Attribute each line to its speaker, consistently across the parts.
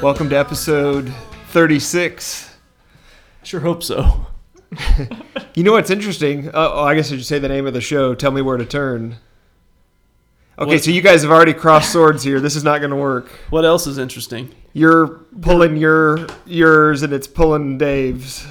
Speaker 1: Welcome to episode 36.
Speaker 2: Sure hope so.
Speaker 1: You know what's interesting? Uh, oh, I guess I should say the name of the show. Tell me where to turn. Okay,
Speaker 2: What-
Speaker 1: so you guys have already crossed swords here. This is not going to work.
Speaker 2: What else is interesting?
Speaker 1: You're pulling your yours, and it's pulling Dave's.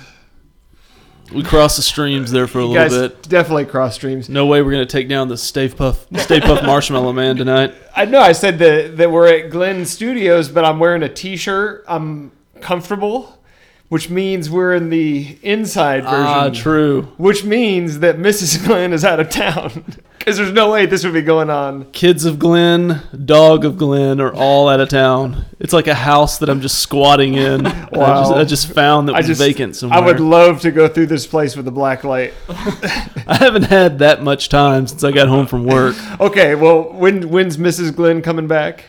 Speaker 2: We crossed the streams there for a
Speaker 1: You
Speaker 2: little
Speaker 1: guys
Speaker 2: bit.
Speaker 1: definitely cross streams.
Speaker 2: No way we're gonna take down the Stay Puff Stay Puff Marshmallow Man tonight.
Speaker 1: I know I said that that we're at Glenn Studios, but I'm wearing a t-shirt. I'm comfortable, which means we're in the inside version.
Speaker 2: Ah, true.
Speaker 1: which means that Mrs. Glenn is out of town because there's no way this would be going on.
Speaker 2: Kids of Glen, dog of Glen are all out of town. It's like a house that I'm just squatting in. I, just,
Speaker 1: Wow.
Speaker 2: I just found that
Speaker 1: I
Speaker 2: was
Speaker 1: just
Speaker 2: vacant somewhere.
Speaker 1: I would love to go through this place with a black light.
Speaker 2: I haven't had that much time since I got home from work.
Speaker 1: Okay, well, when when's Mrs. Glenn coming back?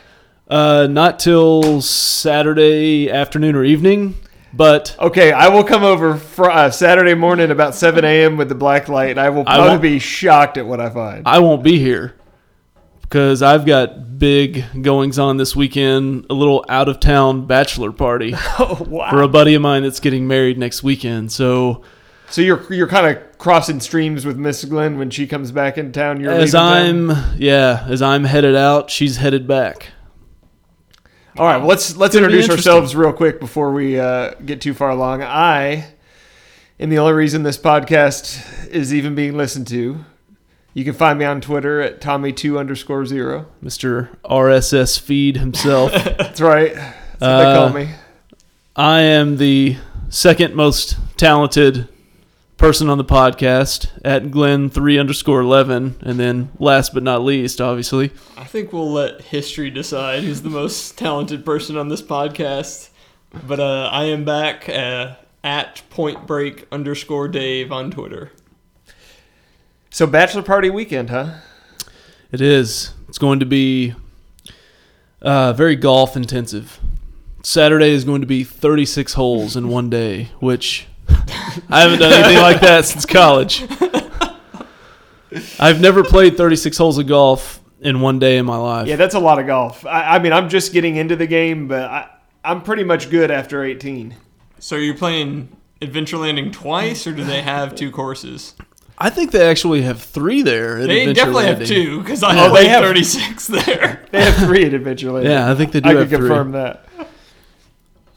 Speaker 2: Uh, not till Saturday afternoon or evening, but
Speaker 1: Okay, I will come over fr- uh, Saturday morning about 7 a.m. with the black light. And I will
Speaker 2: I
Speaker 1: probably
Speaker 2: won't-
Speaker 1: be shocked at what I find.
Speaker 2: I won't be here because I've got big goings on this weekend, a little out of town bachelor party
Speaker 1: oh, wow.
Speaker 2: for a buddy of mine that's getting married next weekend. So,
Speaker 1: So you're you're kind of crossing streams with Miss Glenn when she comes back in town. You're leaving
Speaker 2: as
Speaker 1: town?
Speaker 2: I'm, yeah, as I'm headed out, she's headed back.
Speaker 1: all right. Well, let's let's
Speaker 2: gonna be
Speaker 1: introduce
Speaker 2: interesting.
Speaker 1: ourselves real quick before we uh, get too far along. I am the only reason this podcast is even being listened to. You can find me on Twitter at Tommy two underscore zero.
Speaker 2: Mr. RSS feed himself.
Speaker 1: That's right. That's what they call
Speaker 2: Uh,
Speaker 1: me.
Speaker 2: I am the second most talented person on the podcast at Glenn three underscore eleven, and then last but not least, obviously,
Speaker 3: I think we'll let history decide who's the most talented person on this podcast. But uh, I am back uh, at Point Break underscore Dave on Twitter.
Speaker 1: So bachelor party weekend, huh?
Speaker 2: It is. It's going to be uh, very golf intensive. Saturday is going to be 36 holes in one day, which I haven't done anything like that since college. I've never played 36 holes of golf in one day in my life.
Speaker 1: Yeah, that's a lot of golf. I, I mean, I'm just getting into the game, but I, I'm pretty much good after 18.
Speaker 3: So you're playing Adventure Landing twice, or do they have two courses?
Speaker 2: I think they actually have three there. At
Speaker 3: They
Speaker 2: Adventure
Speaker 3: definitely
Speaker 2: Landing.
Speaker 3: have two because I
Speaker 1: Oh, they
Speaker 3: played
Speaker 1: have-
Speaker 3: 36 there.
Speaker 1: They have three at Adventureland.
Speaker 2: Yeah, I think they do
Speaker 1: I
Speaker 2: have
Speaker 1: can confirm
Speaker 2: three.
Speaker 1: that.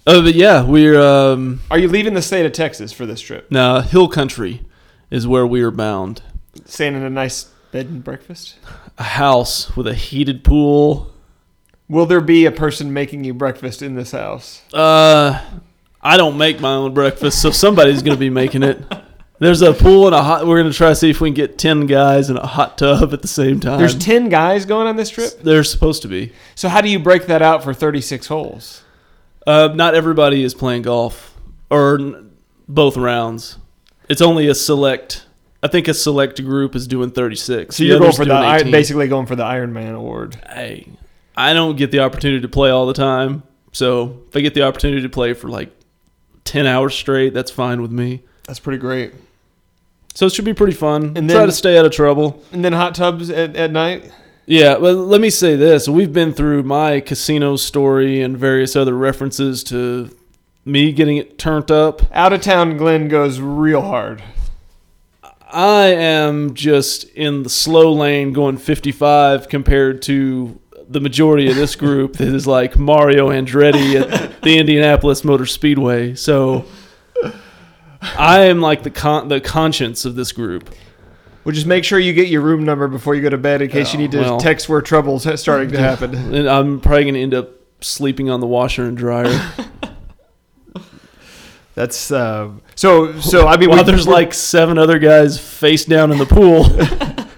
Speaker 2: Oh, but yeah, we're um,
Speaker 1: Are you leaving the state of Texas for this trip?
Speaker 2: now Hill Country is where we are bound.
Speaker 1: Staying in a nice bed and breakfast?
Speaker 2: A house with a heated pool,
Speaker 1: Will there be a person making you breakfast in this house?
Speaker 2: Uh, I don't make my own breakfast, so somebody's gonna be making it. There's a pool and a hot. We're gonna try to see if we can get ten guys in a hot tub at the same time.
Speaker 1: There's 10 guys going on this trip.
Speaker 2: They're supposed to be.
Speaker 1: So how do you break that out for 36 holes?
Speaker 2: Uh, not everybody is playing golf or n- both rounds. It's only a select. I think a select group is doing 36.
Speaker 1: So you're
Speaker 2: the
Speaker 1: going
Speaker 2: others
Speaker 1: for the
Speaker 2: doing
Speaker 1: I,
Speaker 2: 18.
Speaker 1: basically going for the Iron Man award.
Speaker 2: Hey, I don't get the opportunity to play all the time. So if I get the opportunity to play for like 10 hours straight, that's fine with me.
Speaker 1: That's pretty great.
Speaker 2: So it should be pretty fun.
Speaker 1: And
Speaker 2: Try
Speaker 1: then-
Speaker 2: to stay out of trouble.
Speaker 1: And then hot tubs at, at night.
Speaker 2: Yeah, well, let me say this: we've been through my casino story and various other references to me getting it turned up.
Speaker 1: Out of town, Glenn goes real hard.
Speaker 2: I am just in the slow lane going 55 compared to the majority of this group that is like Mario Andretti at the Indianapolis Motor Speedway. So I am like the con- the conscience of this group.
Speaker 1: Well, just make sure you get your room number before you go to bed in case you need to
Speaker 2: Oh, well.
Speaker 1: text where trouble's ha- starting to happen.
Speaker 2: And I'm probably going to end up sleeping on the washer and dryer.
Speaker 1: That's uh, so. So I mean,
Speaker 2: While
Speaker 1: we-
Speaker 2: there's
Speaker 1: we're-
Speaker 2: like seven other guys face down in the pool.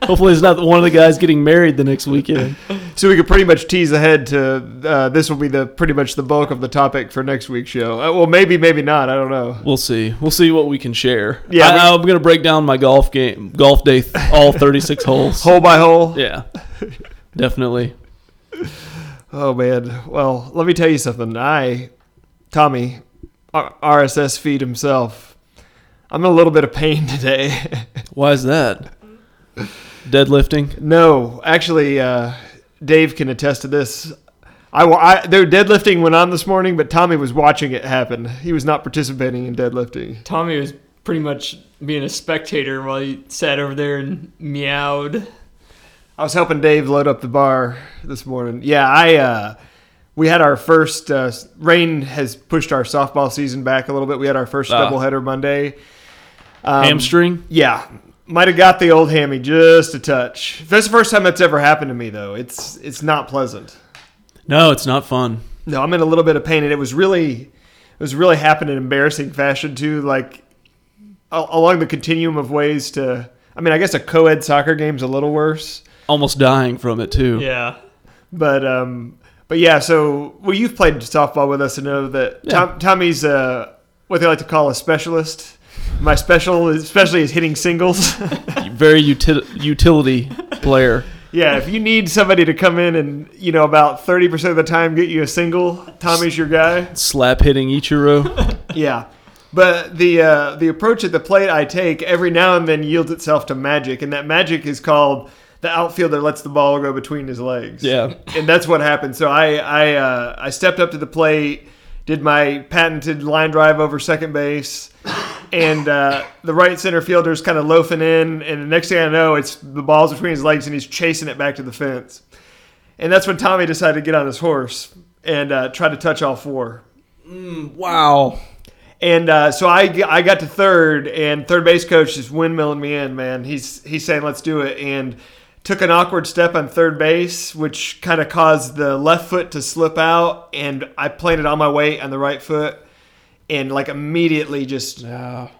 Speaker 2: Hopefully, it's not one of the guys getting married the next weekend.
Speaker 1: so we could pretty much tease ahead to uh, this will be the pretty much the bulk of the topic for next week's show. Uh, well, maybe, maybe not. I don't know.
Speaker 2: We'll see. We'll see what we can share.
Speaker 1: Yeah,
Speaker 2: Yeah,
Speaker 1: we-
Speaker 2: I, am gonna break down my golf game, golf day, th- all 36 holes.
Speaker 1: Hole by hole.
Speaker 2: Yeah, definitely.
Speaker 1: Oh man. Well, let me tell you something. I, Tommy, R- RSS feed himself. I'm in a little bit of pain today.
Speaker 2: Why is that? Deadlifting.
Speaker 1: no, actually, uh, Dave can attest to this. I, wa- I their deadlifting went on this morning, but Tommy was watching it happen. He was not participating in deadlifting.
Speaker 3: Tommy was pretty much being a spectator while he sat over there and meowed.
Speaker 1: I was helping Dave load up the bar this morning. Yeah, I uh, we had our first uh, rain has pushed our softball season back a little bit. We had our first
Speaker 2: Ah.
Speaker 1: doubleheader Monday. Um,
Speaker 2: Hamstring.
Speaker 1: Yeah, might have got the old hammy just a touch. That's the first time that's ever happened to me though. It's it's not pleasant.
Speaker 2: No, it's not fun.
Speaker 1: No, I'm in a little bit of pain, and it was really, it was really happened in embarrassing fashion too. Like a- along the continuum of ways to, I mean, I guess a co-ed soccer game's a little worse,
Speaker 2: Almost dying from it too.
Speaker 3: Yeah.
Speaker 1: but um, but yeah. So well, you've played softball with us and know that Tom, Tommy's uh, what they like to call a specialist. My special, is- especially, is hitting singles.
Speaker 2: Very uti- utility player.
Speaker 1: yeah, if you need somebody to come in and you know about thirty percent of the time get you a single, Tommy's your guy.
Speaker 2: Slap hitting Ichiro.
Speaker 1: Yeah, but the uh, the approach at the plate I take every now and then yields itself to magic, and that magic is called the outfielder lets the ball go between his legs.
Speaker 2: Yeah.
Speaker 1: and that's what happened. So I I uh, I stepped up to the plate, did my patented line drive over second base. And uh, the right center fielder's kind of loafing in, and the next thing I know, it's the ball's between his legs, and he's chasing it back to the fence. And that's when Tommy decided to get on his horse and uh, try to touch all four.
Speaker 2: Wow.
Speaker 1: And uh, so I, I got to third, and third base coach is windmilling me in, man. He's he's saying let's do it, and took an awkward step on third base, which kind of caused the left foot to slip out, and I planted on my weight on the right foot, and like immediately just,
Speaker 2: Wow.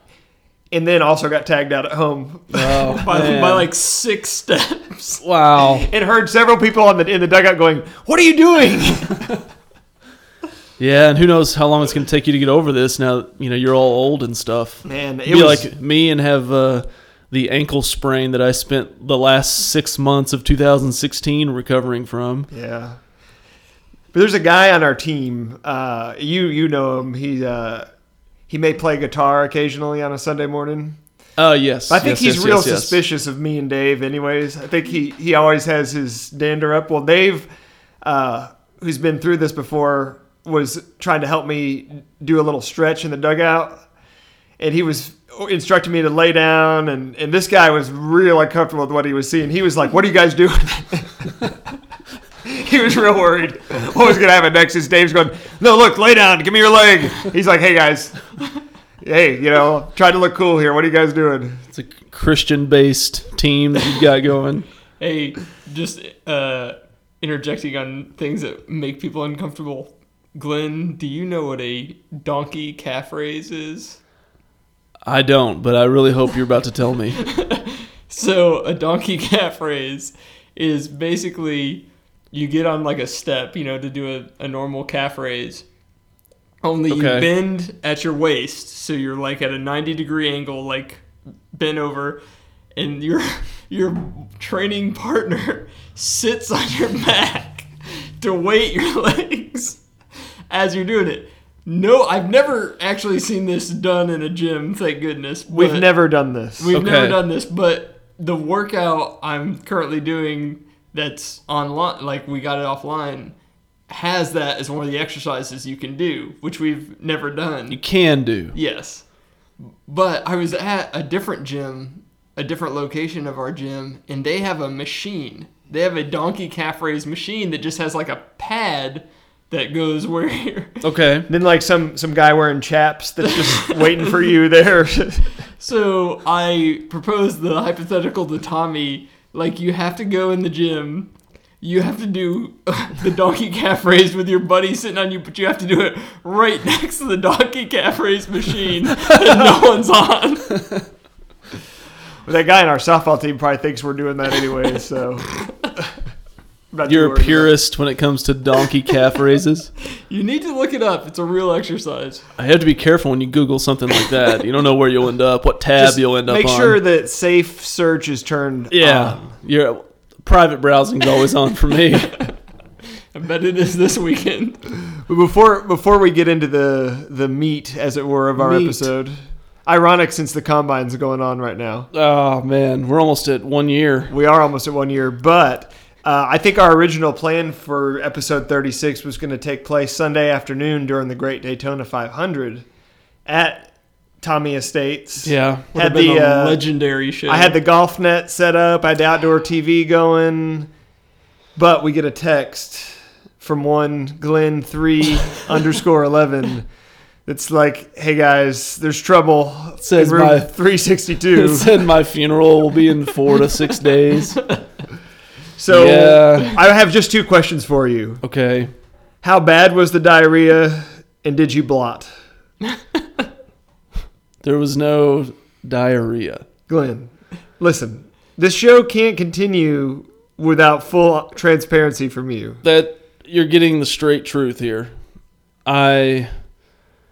Speaker 1: and then also got tagged out at home.
Speaker 3: By,
Speaker 2: Oh, man.
Speaker 3: by like six steps.
Speaker 2: Wow.
Speaker 1: And heard several people on the in the dugout going, "What are you doing?"
Speaker 2: Yeah, and who knows how long it's going to take you to get over this now, that, you know, you're all old and stuff.
Speaker 1: Man, it
Speaker 2: Be
Speaker 1: was
Speaker 2: like me and have uh, the ankle sprain that I spent the last six months of 2016 recovering from.
Speaker 1: Yeah. But there's a guy on our team. Uh, you you know him. He uh, he may play guitar occasionally on a Sunday morning.
Speaker 2: Oh, yes.
Speaker 1: But I think
Speaker 2: yes,
Speaker 1: he's
Speaker 2: yes,
Speaker 1: real
Speaker 2: yes, yes.
Speaker 1: suspicious of me and Dave. Anyways, I think he he always has his dander up. Well, Dave, uh, who's been through this before, was trying to help me do a little stretch in the dugout, and he was instructing me to lay down. and And this guy was real uncomfortable with what he was seeing. He was like, "What are you guys doing?" he was real worried what was going to happen next is dave's going no look lay down give me your leg he's like hey guys hey you know try to look cool here what are you guys doing
Speaker 2: It's a Christian based team that you've got going.
Speaker 3: Hey, just uh, interjecting on things that make people uncomfortable. Glenn, do you know what a donkey calf raise is?
Speaker 2: I don't, but I really hope you're about to tell me.
Speaker 3: So a donkey calf raise is basically you get on like a step, you know, to do a, a normal calf raise. Only
Speaker 2: Okay.
Speaker 3: you bend at your waist, so you're like at a 90 degree angle, like bent over, and your your training partner sits on your back to weight your legs as you're doing it. No, I've never actually seen this done in a gym. Thank goodness.
Speaker 1: we've
Speaker 3: but-
Speaker 1: never done this
Speaker 3: We've
Speaker 2: Okay.
Speaker 3: never done this, but the workout I'm currently doing that's online, like we got it offline, has that as one of the exercises you can do, which we've never
Speaker 2: You
Speaker 3: done.
Speaker 2: can do.
Speaker 3: Yes. But I was at a different gym, a different location of our gym, and they have a machine. They have a donkey calf raise machine that just has like a pad that goes where you're.
Speaker 2: Okay.
Speaker 1: then like some some guy wearing chaps that's just waiting for you there
Speaker 3: So I proposed the hypothetical to Tommy. Like you have to go in the gym, you have to do the donkey calf raise with your buddy sitting on you, but you have to do it right next to the donkey calf raise machine that no one's on.
Speaker 1: that guy in our softball team probably thinks we're doing that anyway so I'm not too
Speaker 2: You're
Speaker 1: worried
Speaker 2: a
Speaker 1: about
Speaker 2: purist when it comes to donkey calf raises.
Speaker 3: You need to look it up. It's a real exercise.
Speaker 2: I have to be careful when you Google something like that. You don't know where you'll end up, what tab
Speaker 1: Just
Speaker 2: you'll end up
Speaker 1: make
Speaker 2: on.
Speaker 1: sure that safe search is turned
Speaker 2: yeah, Um, your private browsing's always on for me.
Speaker 3: I bet it is this weekend.
Speaker 1: But Before before we get into the the meat, as it were, of our
Speaker 2: Meat.
Speaker 1: episode, ironic since the combine's going on right now.
Speaker 2: oh man, we're almost at one year.
Speaker 1: We are almost at one year, but Uh, I think our original plan for episode 36 was going to take place Sunday afternoon during the Great Daytona 500 at Tommy Estates.
Speaker 2: Yeah.
Speaker 3: Would
Speaker 1: Had
Speaker 3: have been
Speaker 1: the,
Speaker 3: a
Speaker 1: uh,
Speaker 3: legendary show.
Speaker 1: I had the golf net set up. I had the outdoor TV going, but we get a text from one Glenn three underscore eleven. That's like, hey guys, there's trouble.
Speaker 2: Says
Speaker 1: in room
Speaker 2: my-
Speaker 1: 362.
Speaker 2: It said my funeral will be in four to six days.
Speaker 1: So
Speaker 2: Yeah.
Speaker 1: I have just two questions for you.
Speaker 2: Okay.
Speaker 1: How bad was the diarrhea, and did you blot,
Speaker 2: There was no diarrhea.
Speaker 1: Glenn? Listen, this show can't continue without full transparency from you.
Speaker 2: That you're getting the straight truth here. I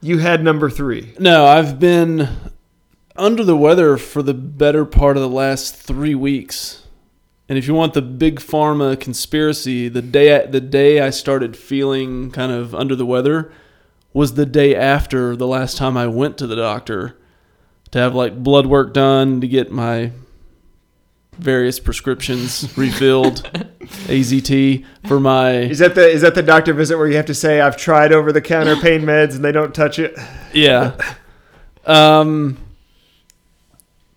Speaker 1: You had number three.
Speaker 2: no, I've been under the weather for the better part of the last three weeks. And if you want the big pharma conspiracy, the day the day I started feeling kind of under the weather was the day after the last time I went to the doctor to have like blood work done to get my various prescriptions refilled, AZT for my
Speaker 1: Is that the is that the doctor visit where you have to say I've tried over the counter pain meds and they don't touch it?
Speaker 2: yeah. Um.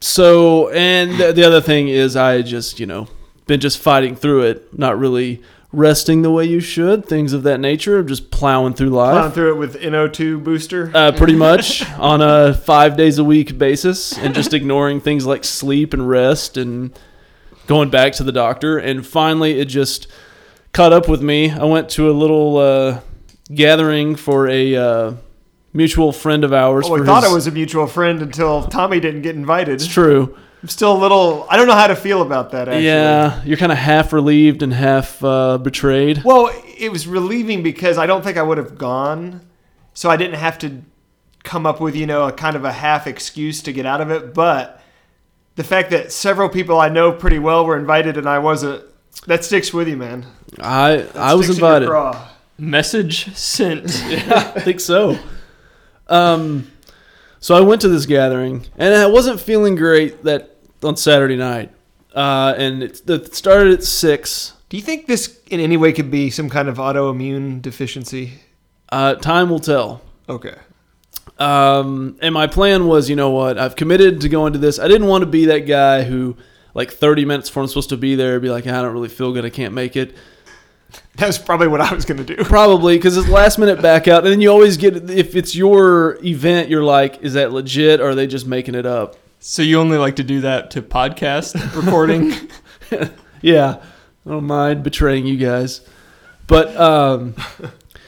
Speaker 2: So, and the other thing is, I just you know been just fighting through it, not really resting the way you should, things of that nature, just plowing through
Speaker 1: Plowing
Speaker 2: life,
Speaker 1: through it with NO2 booster.
Speaker 2: uh, pretty much on a five days a week basis, and just ignoring things like sleep and rest, and going back to the doctor, and finally it just caught up with me. I went to a little uh, gathering for a. Uh, Mutual friend of ours.
Speaker 1: Well, we
Speaker 2: for
Speaker 1: Oh, thought
Speaker 2: his-
Speaker 1: it was a mutual friend until Tommy didn't get invited.
Speaker 2: It's true.
Speaker 1: I'm still a little. I don't know how to feel about that. Actually.
Speaker 2: Yeah, you're kind of half relieved and half uh, betrayed.
Speaker 1: Well, it was relieving because I don't think I would have gone, so I didn't have to come up with you know a kind of a half excuse to get out of it. But the fact that several people I know pretty well were invited and I wasn't, that sticks with you, man.
Speaker 2: I I was
Speaker 1: Sticks in your
Speaker 2: invited.
Speaker 1: craw.
Speaker 3: message sent.
Speaker 2: I think so. Um, so I went to this gathering, and I wasn't feeling great that on Saturday night. Uh, and it, it started at six.
Speaker 1: Do you think this in any way could be some kind of autoimmune deficiency?
Speaker 2: Uh, time will tell.
Speaker 1: Okay.
Speaker 2: Um, and my plan was, you know what? I've committed to going to this. I didn't want to be that guy who, like, 30 minutes before I'm supposed to be there, be like, I don't really feel good. I can't make it.
Speaker 1: That's probably what I was going to do.
Speaker 2: Probably because it's last minute back out, and then you always get if it's your event, you're like, is that legit or are they just making it up?
Speaker 3: So you only like to do that to podcast recording?
Speaker 2: Yeah, I don't mind betraying you guys, but um,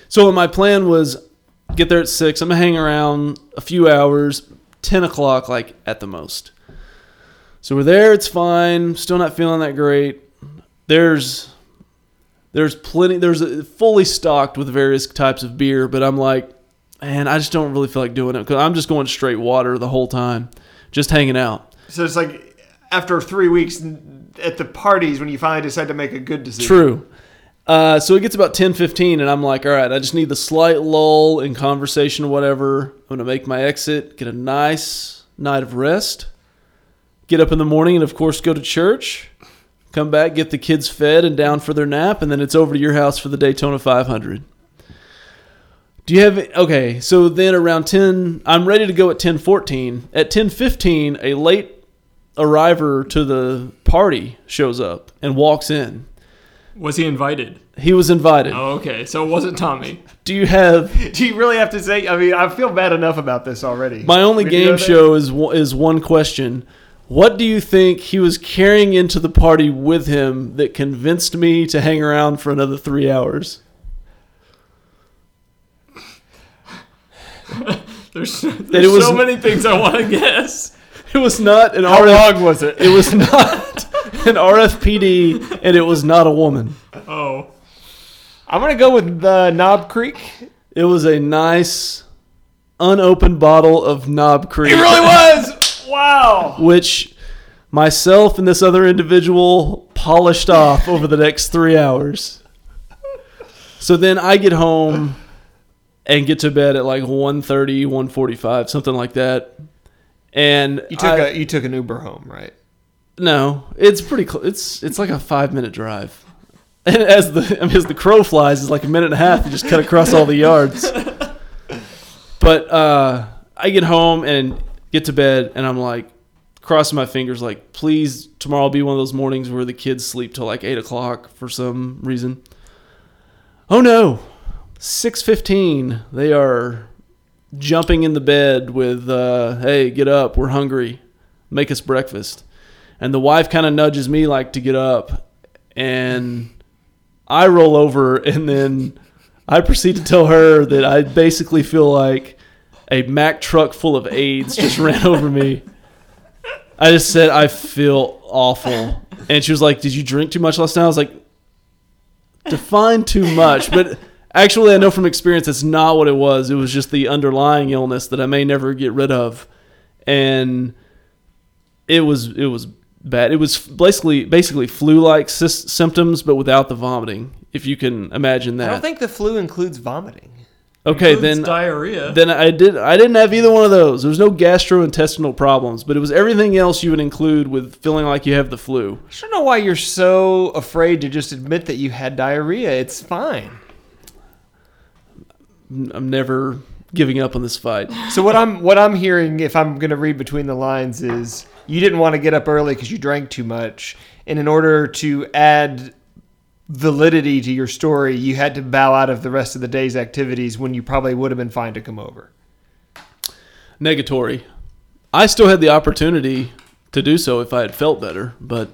Speaker 2: so my plan was get there at six. I'm gonna hang around a few hours, ten o'clock, like at the most. So we're there. It's fine. Still not feeling that great. There's there's plenty. There's a, fully stocked with various types of beer, but I'm like, man, I just don't really feel like doing it because I'm just going straight water the whole time, just hanging out.
Speaker 1: So it's like after three weeks n- at the parties when you finally decide to make a good decision.
Speaker 2: True. Uh, so it gets about ten fifteen, and I'm like, all right, I just need the slight lull in conversation or whatever. I'm going to make my exit, get a nice night of rest, get up in the morning, and of course, go to church, come back, get the kids fed and down for their nap, and then it's over to your house for the Daytona 500. Do you have okay? So then around ten, I'm ready to go at ten fourteen. At ten fifteen, a late arriver to the party shows up and walks in.
Speaker 3: Was he invited?
Speaker 2: He was invited.
Speaker 3: Oh, okay. So it wasn't Tommy.
Speaker 2: Do you have
Speaker 1: Do you really have to say? I mean, I feel bad enough about this already.
Speaker 2: my only
Speaker 1: We can go
Speaker 2: game
Speaker 1: there.
Speaker 2: show is one- is one question. What do you think he was carrying into the party with him that convinced me to hang around for another three hours?
Speaker 3: There's,
Speaker 2: That it
Speaker 3: there's
Speaker 2: was-
Speaker 3: so many things I want to guess.
Speaker 2: It was not an
Speaker 1: How
Speaker 2: RF,
Speaker 1: long was it?
Speaker 2: It was not an RFPD, and it was not a woman.
Speaker 3: Oh,
Speaker 1: I'm gonna go with the Knob Creek.
Speaker 2: It was a nice, unopened bottle of Knob Creek.
Speaker 1: It really was. Wow.
Speaker 2: which myself and this other individual polished off over the next three hours. So then I get home and get to bed at like 1.30, 1.45, something like that. And
Speaker 1: You took
Speaker 2: I-
Speaker 1: a you took an Uber home, right?
Speaker 2: no, it's pretty close. It's it's like a five minute drive. And as the I mean, as the crow flies, is like a minute and a half. You just cut across all the yards. But uh, I get home and get to bed, and I'm like crossing my fingers, like please tomorrow will be one of those mornings where the kids sleep till like eight o'clock for some reason. Oh no, six fifteen. They are jumping in the bed with, uh, "Hey, get up! We're hungry. Make us breakfast." And the wife kind of nudges me like to get up, and I roll over, and then I proceed to tell her that I basically feel like a Mack truck full of AIDS just ran over me. I just said I feel awful, and she was like, "Did you drink too much last night?" I was like, "Define too much," but. Actually, I know from experience that's not what it was. It was just the underlying illness that I may never get rid of, and it was it was bad. It was basically basically flu like sys- symptoms, but without the vomiting. If you can imagine
Speaker 1: I don't
Speaker 2: that.
Speaker 1: think the flu includes vomiting.
Speaker 2: okay,
Speaker 3: Includes
Speaker 2: then
Speaker 3: diarrhea.
Speaker 2: then I did I didn't have either one of those. There was no gastrointestinal problems, but it was everything else you would include with feeling like you have the flu.
Speaker 1: I don't know why you're so afraid to just admit that you had diarrhea. It's fine.
Speaker 2: N- I'm never giving up on this fight.
Speaker 1: So what I'm what I'm hearing, if I'm going to read between the lines, is you didn't want to get up early because you drank too much, and in order to add validity to your story, you had to bow out of the rest of the day's activities when you probably would have been fine to come over.
Speaker 2: Negatory. I still had the opportunity to do so if I had felt better, but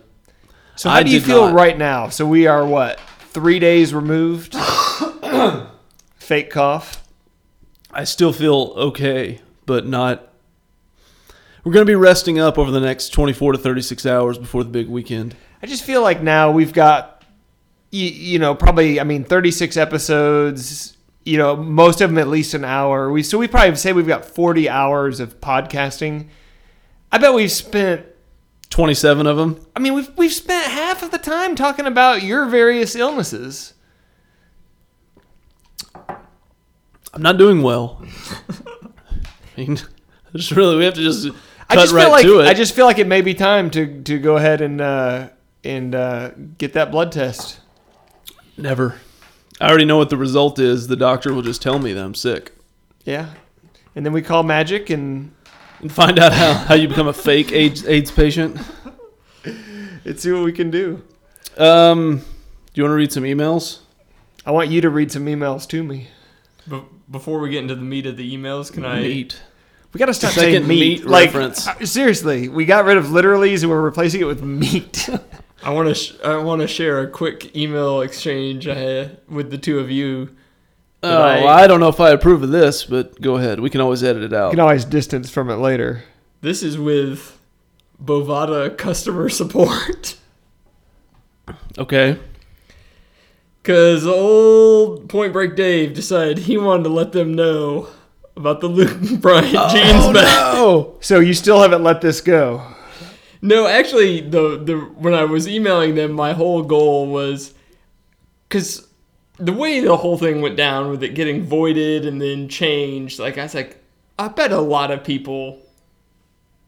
Speaker 1: So how
Speaker 2: I
Speaker 1: do you
Speaker 2: did
Speaker 1: feel
Speaker 2: not.
Speaker 1: right now? So we are what three days removed. Fake cough.
Speaker 2: I still feel okay, but not. We're going to be resting up over the next 24 to 36 hours before the big weekend.
Speaker 1: I just feel like now we've got, you, you know, probably I mean, thirty six episodes. You know, most of them at least an hour. We so we probably say we've got forty hours of podcasting. I bet we've spent.
Speaker 2: 27 of them.
Speaker 1: I mean, we've we've spent half of the time talking about your various illnesses.
Speaker 2: I'm not doing well. I mean, just really, we have to just cut
Speaker 1: I just
Speaker 2: right
Speaker 1: feel like
Speaker 2: to it.
Speaker 1: I just feel like it may be time to to go ahead and uh, and uh, get that blood test.
Speaker 2: Never. I already know what the result is. The doctor will just tell me that I'm sick
Speaker 1: Yeah, and then we call magic and
Speaker 2: and find out how, how you become a fake AIDS, AIDS patient.
Speaker 1: and see what we can do.
Speaker 2: Um, do you want to read some emails?
Speaker 1: I want you to read some emails to me.
Speaker 3: Be- before we get into the meat of the emails, can I?
Speaker 2: Meat.
Speaker 1: We gotta stop
Speaker 2: Second
Speaker 1: saying meat.
Speaker 2: meat
Speaker 1: like
Speaker 2: reference.
Speaker 1: uh, seriously, we got rid of literallys and we're replacing it with meat.
Speaker 3: I want to. Sh- I want to share a quick email exchange I had with the two of you.
Speaker 2: Oh,
Speaker 3: I-
Speaker 2: well, I don't know if I approve of this, but go ahead. We can always edit it out.
Speaker 1: you can always distance from it later.
Speaker 3: This is with Bovada customer support.
Speaker 2: okay.
Speaker 3: Cause old Point Break Dave decided he wanted to let them know about the Luke Bryant jeans bag.
Speaker 1: Oh, so you still haven't let this go?
Speaker 3: No, actually, the the when I was emailing them, my whole goal was because the way the whole thing went down with it getting voided and then changed. Like I was like, I bet a lot of people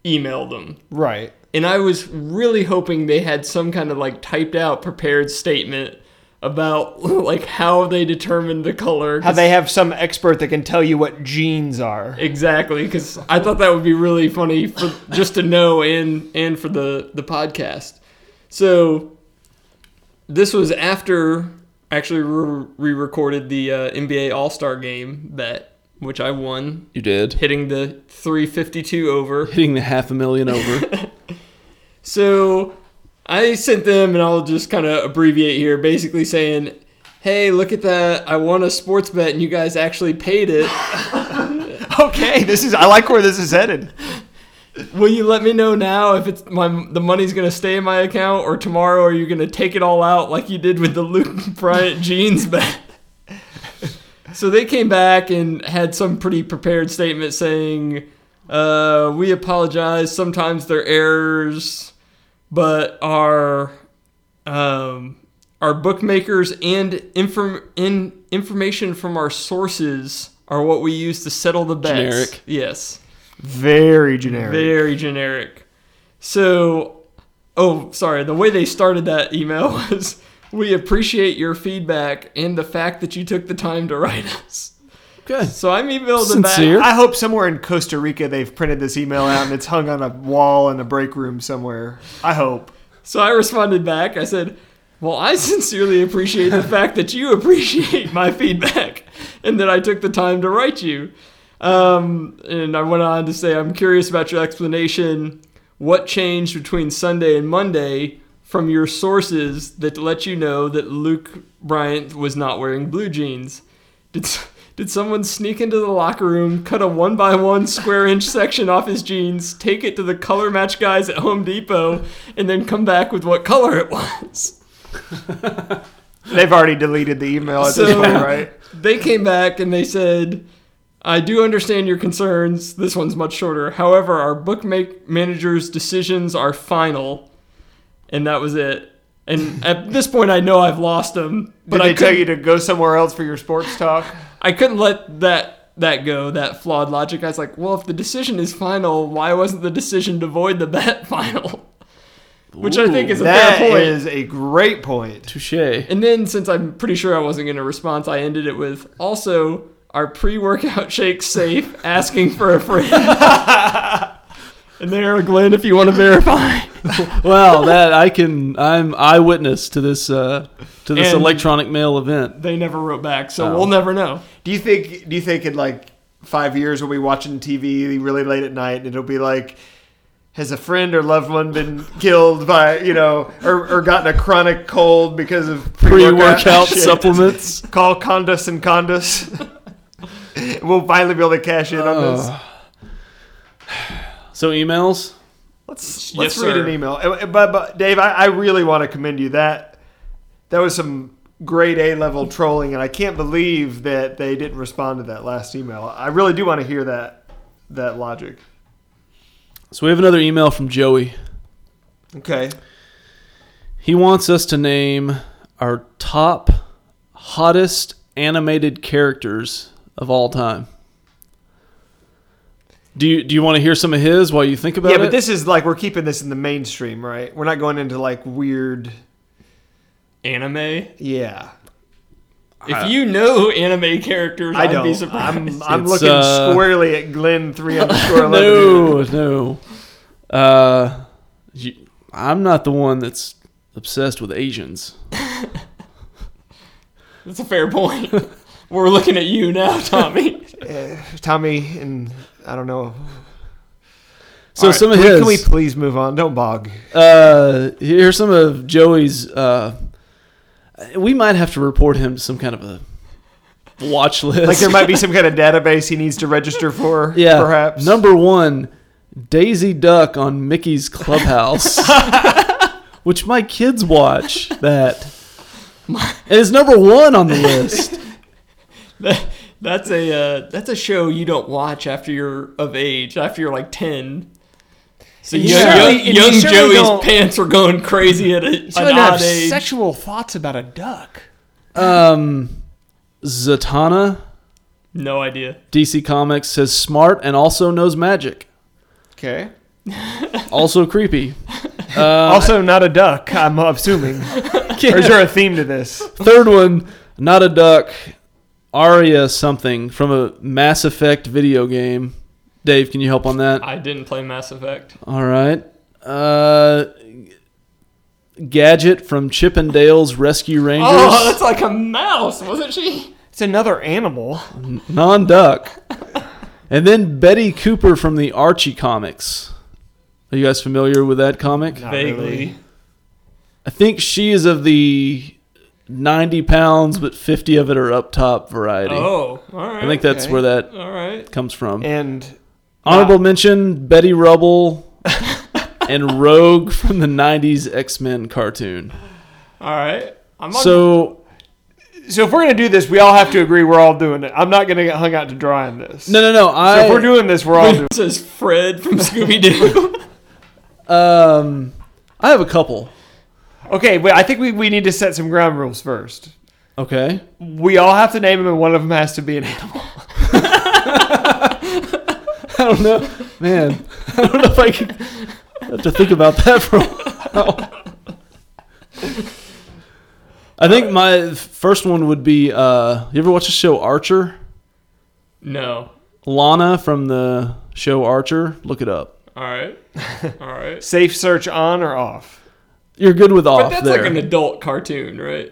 Speaker 3: emailed them,
Speaker 1: Right.
Speaker 3: and I was really hoping they had some kind of like typed out prepared statement about like how they determined the color.
Speaker 1: How they have some expert that can tell you what genes are.
Speaker 3: Exactly, because I thought that would be really funny for just to know and and for the the podcast. So this was after actually re- re-recorded the uh, NBA All Star Game bet, which I won,
Speaker 2: You did.
Speaker 3: hitting the 352 over.
Speaker 2: hitting the half a million over.
Speaker 3: So I sent them, and I'll just kind of abbreviate here, basically saying, "Hey, look at that! I won a sports bet, and you guys actually paid it."
Speaker 1: Okay, this is I like where this is headed.
Speaker 3: Will you let me know now if it's my the money's gonna stay in my account or tomorrow are you gonna take it all out like you did with the Luke Bryant jeans bet? so they came back and had some pretty prepared statement saying, uh, "We apologize. Sometimes they're errors, but our um, our bookmakers and inform in information from our sources are what we use to settle the bets."
Speaker 2: Generic.
Speaker 3: Yes.
Speaker 1: Very generic.
Speaker 3: Very generic. So, oh, sorry. The way they started that email was We appreciate your feedback and the fact that you took the time to write us.
Speaker 2: Okay.
Speaker 3: So I'm emailed
Speaker 2: Sincere.
Speaker 1: I hope somewhere in Costa Rica they've printed this email out and it's hung on a wall in a break room somewhere. I hope.
Speaker 3: So I responded back. I said, Well, I sincerely appreciate the fact that you appreciate my feedback and that I took the time to write you. Um, and I went on to say, I'm curious about your explanation. What changed between Sunday and Monday from your sources that let you know that Luke Bryant was not wearing blue jeans? Did, s- did someone sneak into the locker room, cut a one by one square inch section off his jeans, take it to the color match guys at Home Depot, and then come back with what color it was?
Speaker 1: They've already deleted the email at this
Speaker 3: So-
Speaker 1: point, right?
Speaker 3: They came back and they said, I do understand your concerns. This one's much shorter. However, our bookmaker manager's decisions are final. And that was it. And at this point, I know I've lost them.
Speaker 1: Did
Speaker 3: But
Speaker 1: they
Speaker 3: I
Speaker 1: tell
Speaker 3: couldn't-
Speaker 1: you to go somewhere else for your sports talk?
Speaker 3: I couldn't let that that go, that flawed logic. I was like, well, if the decision is final, why wasn't the decision to void the bet final? Which I think is a
Speaker 1: That
Speaker 3: fair point.
Speaker 1: is a great point.
Speaker 2: Touche.
Speaker 3: And then since I'm pretty sure I wasn't getting a response, I ended it with also are pre-workout shakes safe asking for a friend. and there, Glenn, if you want to verify.
Speaker 2: Well, that I can. I'm eyewitness to this uh, to this
Speaker 3: And-
Speaker 2: electronic mail event.
Speaker 3: They never wrote back, so
Speaker 2: Oh.
Speaker 3: we'll never know.
Speaker 1: Do you think? Do you think in like five years we'll be watching TV really late at night and it'll be like, has a friend or loved one been killed by you know or, or gotten a chronic cold because of
Speaker 2: Pre-workout
Speaker 1: shit?
Speaker 2: supplements.
Speaker 1: Call Condas and Condas. we'll finally be able to cash in on this.
Speaker 2: Uh, so emails.
Speaker 1: Let's
Speaker 3: Yes,
Speaker 1: let's read
Speaker 3: sir.
Speaker 1: an email. Uh, uh, But, but Dave, I, I really want to commend you. That that was some grade A level trolling, and I can't believe that they didn't respond to that last email. I really do want to hear that that logic.
Speaker 2: So we have another email from Joey.
Speaker 1: Okay.
Speaker 2: He wants us to name our top hottest animated characters of all time. Do you do you want to hear some of his while you think about
Speaker 1: yeah,
Speaker 2: it?
Speaker 1: but this is like we're keeping this in the mainstream, right? We're not going into like weird.
Speaker 3: Anime.
Speaker 1: Yeah,
Speaker 3: If you know anime characters,
Speaker 1: Uh, I
Speaker 3: I'd
Speaker 1: don't.
Speaker 3: be surprised.
Speaker 1: I'm I'm
Speaker 2: It's,
Speaker 1: looking
Speaker 2: uh,
Speaker 1: squarely at Glenn three underscore eleven.
Speaker 2: no, no. Uh, you, I'm not the one that's obsessed with Asians.
Speaker 3: That's a fair point. We're looking at you now, Tommy.
Speaker 1: Uh, Tommy and I don't know.
Speaker 2: So
Speaker 1: All right,
Speaker 2: some of
Speaker 1: can we-
Speaker 2: his.
Speaker 1: Can we please move on? Don't bog.
Speaker 2: uh, here's some of Joey's. Uh, we might have to report him to some kind of a watch list.
Speaker 1: Like there might be some kind of database he needs to register for.
Speaker 2: yeah,
Speaker 1: perhaps.
Speaker 2: number one, Daisy Duck on Mickey's Clubhouse, which my kids watch. That and it's number one on the list.
Speaker 3: That- that's a uh, that's a show you don't watch after you're of age, after you're like ten. So
Speaker 1: And
Speaker 2: you
Speaker 3: young,
Speaker 2: certainly-
Speaker 1: and you
Speaker 3: young, young
Speaker 1: certainly
Speaker 3: Joey's
Speaker 1: don't-
Speaker 3: pants were going crazy at a, an odd age.
Speaker 1: sexual thoughts about a duck.
Speaker 2: Um, Zatanna.
Speaker 3: no idea.
Speaker 2: DC Comics says smart and also knows magic.
Speaker 1: Okay.
Speaker 2: Also creepy.
Speaker 1: also, not a duck. I'm assuming. or is there a theme to this?
Speaker 2: Third one, not a duck. Aria something from a Mass Effect video game. Dave, can you help on that?
Speaker 3: I didn't play Mass Effect.
Speaker 2: All right. Uh, Gadget from Chip and Dale's Rescue Rangers.
Speaker 3: Oh, that's like a mouse, wasn't she?
Speaker 1: It's another animal.
Speaker 2: Non duck. And then Betty Cooper from the Archie comics. Are you guys familiar with that comic?
Speaker 1: Not
Speaker 3: Vaguely.
Speaker 1: really.
Speaker 2: I think she is of the 90 pounds, but 50 of it are up top variety.
Speaker 3: Oh, all right.
Speaker 2: I think that's
Speaker 1: okay.
Speaker 2: where that
Speaker 3: all right.
Speaker 2: comes from.
Speaker 1: And uh,
Speaker 2: Honorable mention Betty Rubble and Rogue from the 90s X Men cartoon.
Speaker 3: All right. I'm on,
Speaker 2: So,
Speaker 1: so, if we're gonna do this, we all have to agree we're all doing it. I'm not gonna get hung out to dry on this.
Speaker 2: no, no, no. I,
Speaker 1: So if we're doing this, we're all doing.
Speaker 3: this is Fred from Scooby Doo.
Speaker 2: um, I have a couple.
Speaker 1: it. Okay, wait. I think we, we need to set some ground rules first.
Speaker 2: Okay.
Speaker 1: We all have to name him, and one of them has to be an animal.
Speaker 2: I don't know. Man, I don't know if I can. I have to think about that for a while. I think my first one would be uh, you ever watch the show Archer?
Speaker 3: No.
Speaker 2: Lana from the show Archer. Look it up.
Speaker 3: All right. All right.
Speaker 1: Safe search on or off?
Speaker 2: You're good with
Speaker 3: But
Speaker 2: off
Speaker 3: that's
Speaker 2: there.
Speaker 3: like an adult cartoon, right?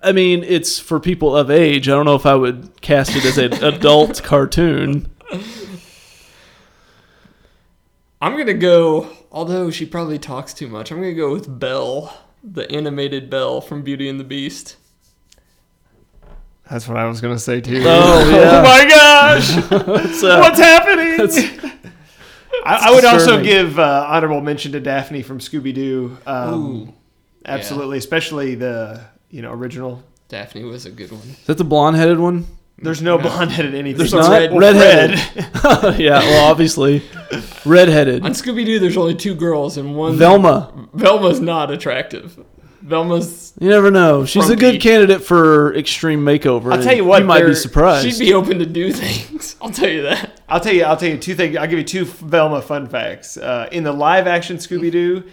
Speaker 2: I mean, it's for people of age. I don't know if I would cast it as an adult cartoon.
Speaker 3: I'm gonna go. Although she probably talks too much, I'm gonna go with Belle, the animated Belle from Beauty and the Beast.
Speaker 1: That's what I was gonna say too.
Speaker 2: Oh
Speaker 1: Oh
Speaker 2: yeah.
Speaker 1: my gosh!
Speaker 2: It's, uh,
Speaker 1: What's happening?
Speaker 2: that's-
Speaker 1: I, I would also
Speaker 2: disturbing.
Speaker 1: give uh, honorable mention to Daphne from Scooby Doo. Um,
Speaker 3: Ooh,
Speaker 1: absolutely, especially the you know original.
Speaker 3: Daphne was a good one.
Speaker 2: is that the blonde-headed one?
Speaker 1: There's no
Speaker 3: Yeah.
Speaker 1: blonde-headed anything.
Speaker 2: There's
Speaker 1: Well,
Speaker 2: not?
Speaker 1: red- well,
Speaker 2: Redheaded.
Speaker 1: red.
Speaker 2: yeah, well, obviously, redheaded.
Speaker 3: On Scooby Doo, there's only two girls and one.
Speaker 2: Velma.
Speaker 3: Velma's not attractive. Velma's.
Speaker 2: You never know. She's a good
Speaker 3: Frumpy.
Speaker 2: candidate for extreme makeover.
Speaker 1: I'll tell
Speaker 2: and
Speaker 1: you what,
Speaker 2: You might
Speaker 1: there-
Speaker 2: be surprised.
Speaker 3: She'd be open to do things. I'll tell you that.
Speaker 1: I'll tell you. I'll tell you two things. I'll give you two Velma fun facts. Uh, in the live-action Scooby Doo,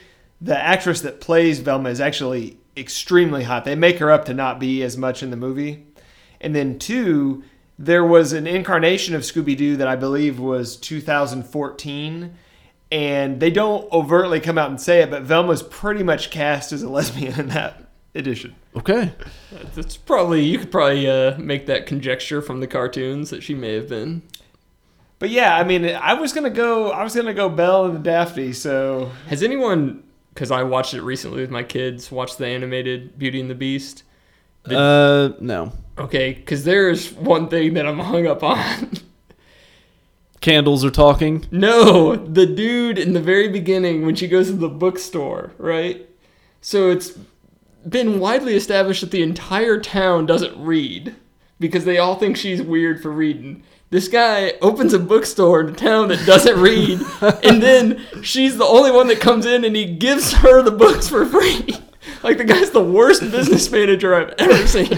Speaker 1: the actress that plays Velma is actually extremely hot. They make her up to not be as much in the movie. And then two, there was an incarnation of Scooby Doo that I believe was 2014. And they don't overtly come out and say it, but Velma's pretty much cast as a lesbian in that edition.
Speaker 2: okay.
Speaker 3: That's probably you could probably uh, make that conjecture from the cartoons that she may have been.
Speaker 1: But yeah, I mean, I was gonna go. I was gonna go Belle and Daphne. So
Speaker 3: Has anyone? Because I watched it recently with my kids. Watched the animated Beauty and the Beast.
Speaker 2: Uh, no.
Speaker 3: Okay, because there's one thing that I'm hung up on.
Speaker 2: Candles are talking.
Speaker 3: no, the dude in the very beginning when she goes to the bookstore, right? So it's been widely established that the entire town doesn't read because they all think she's weird for reading. This guy opens a bookstore in a town that doesn't read, and then she's the only one that comes in and he gives her the books for free. Like, the guy's the worst business manager I've ever seen.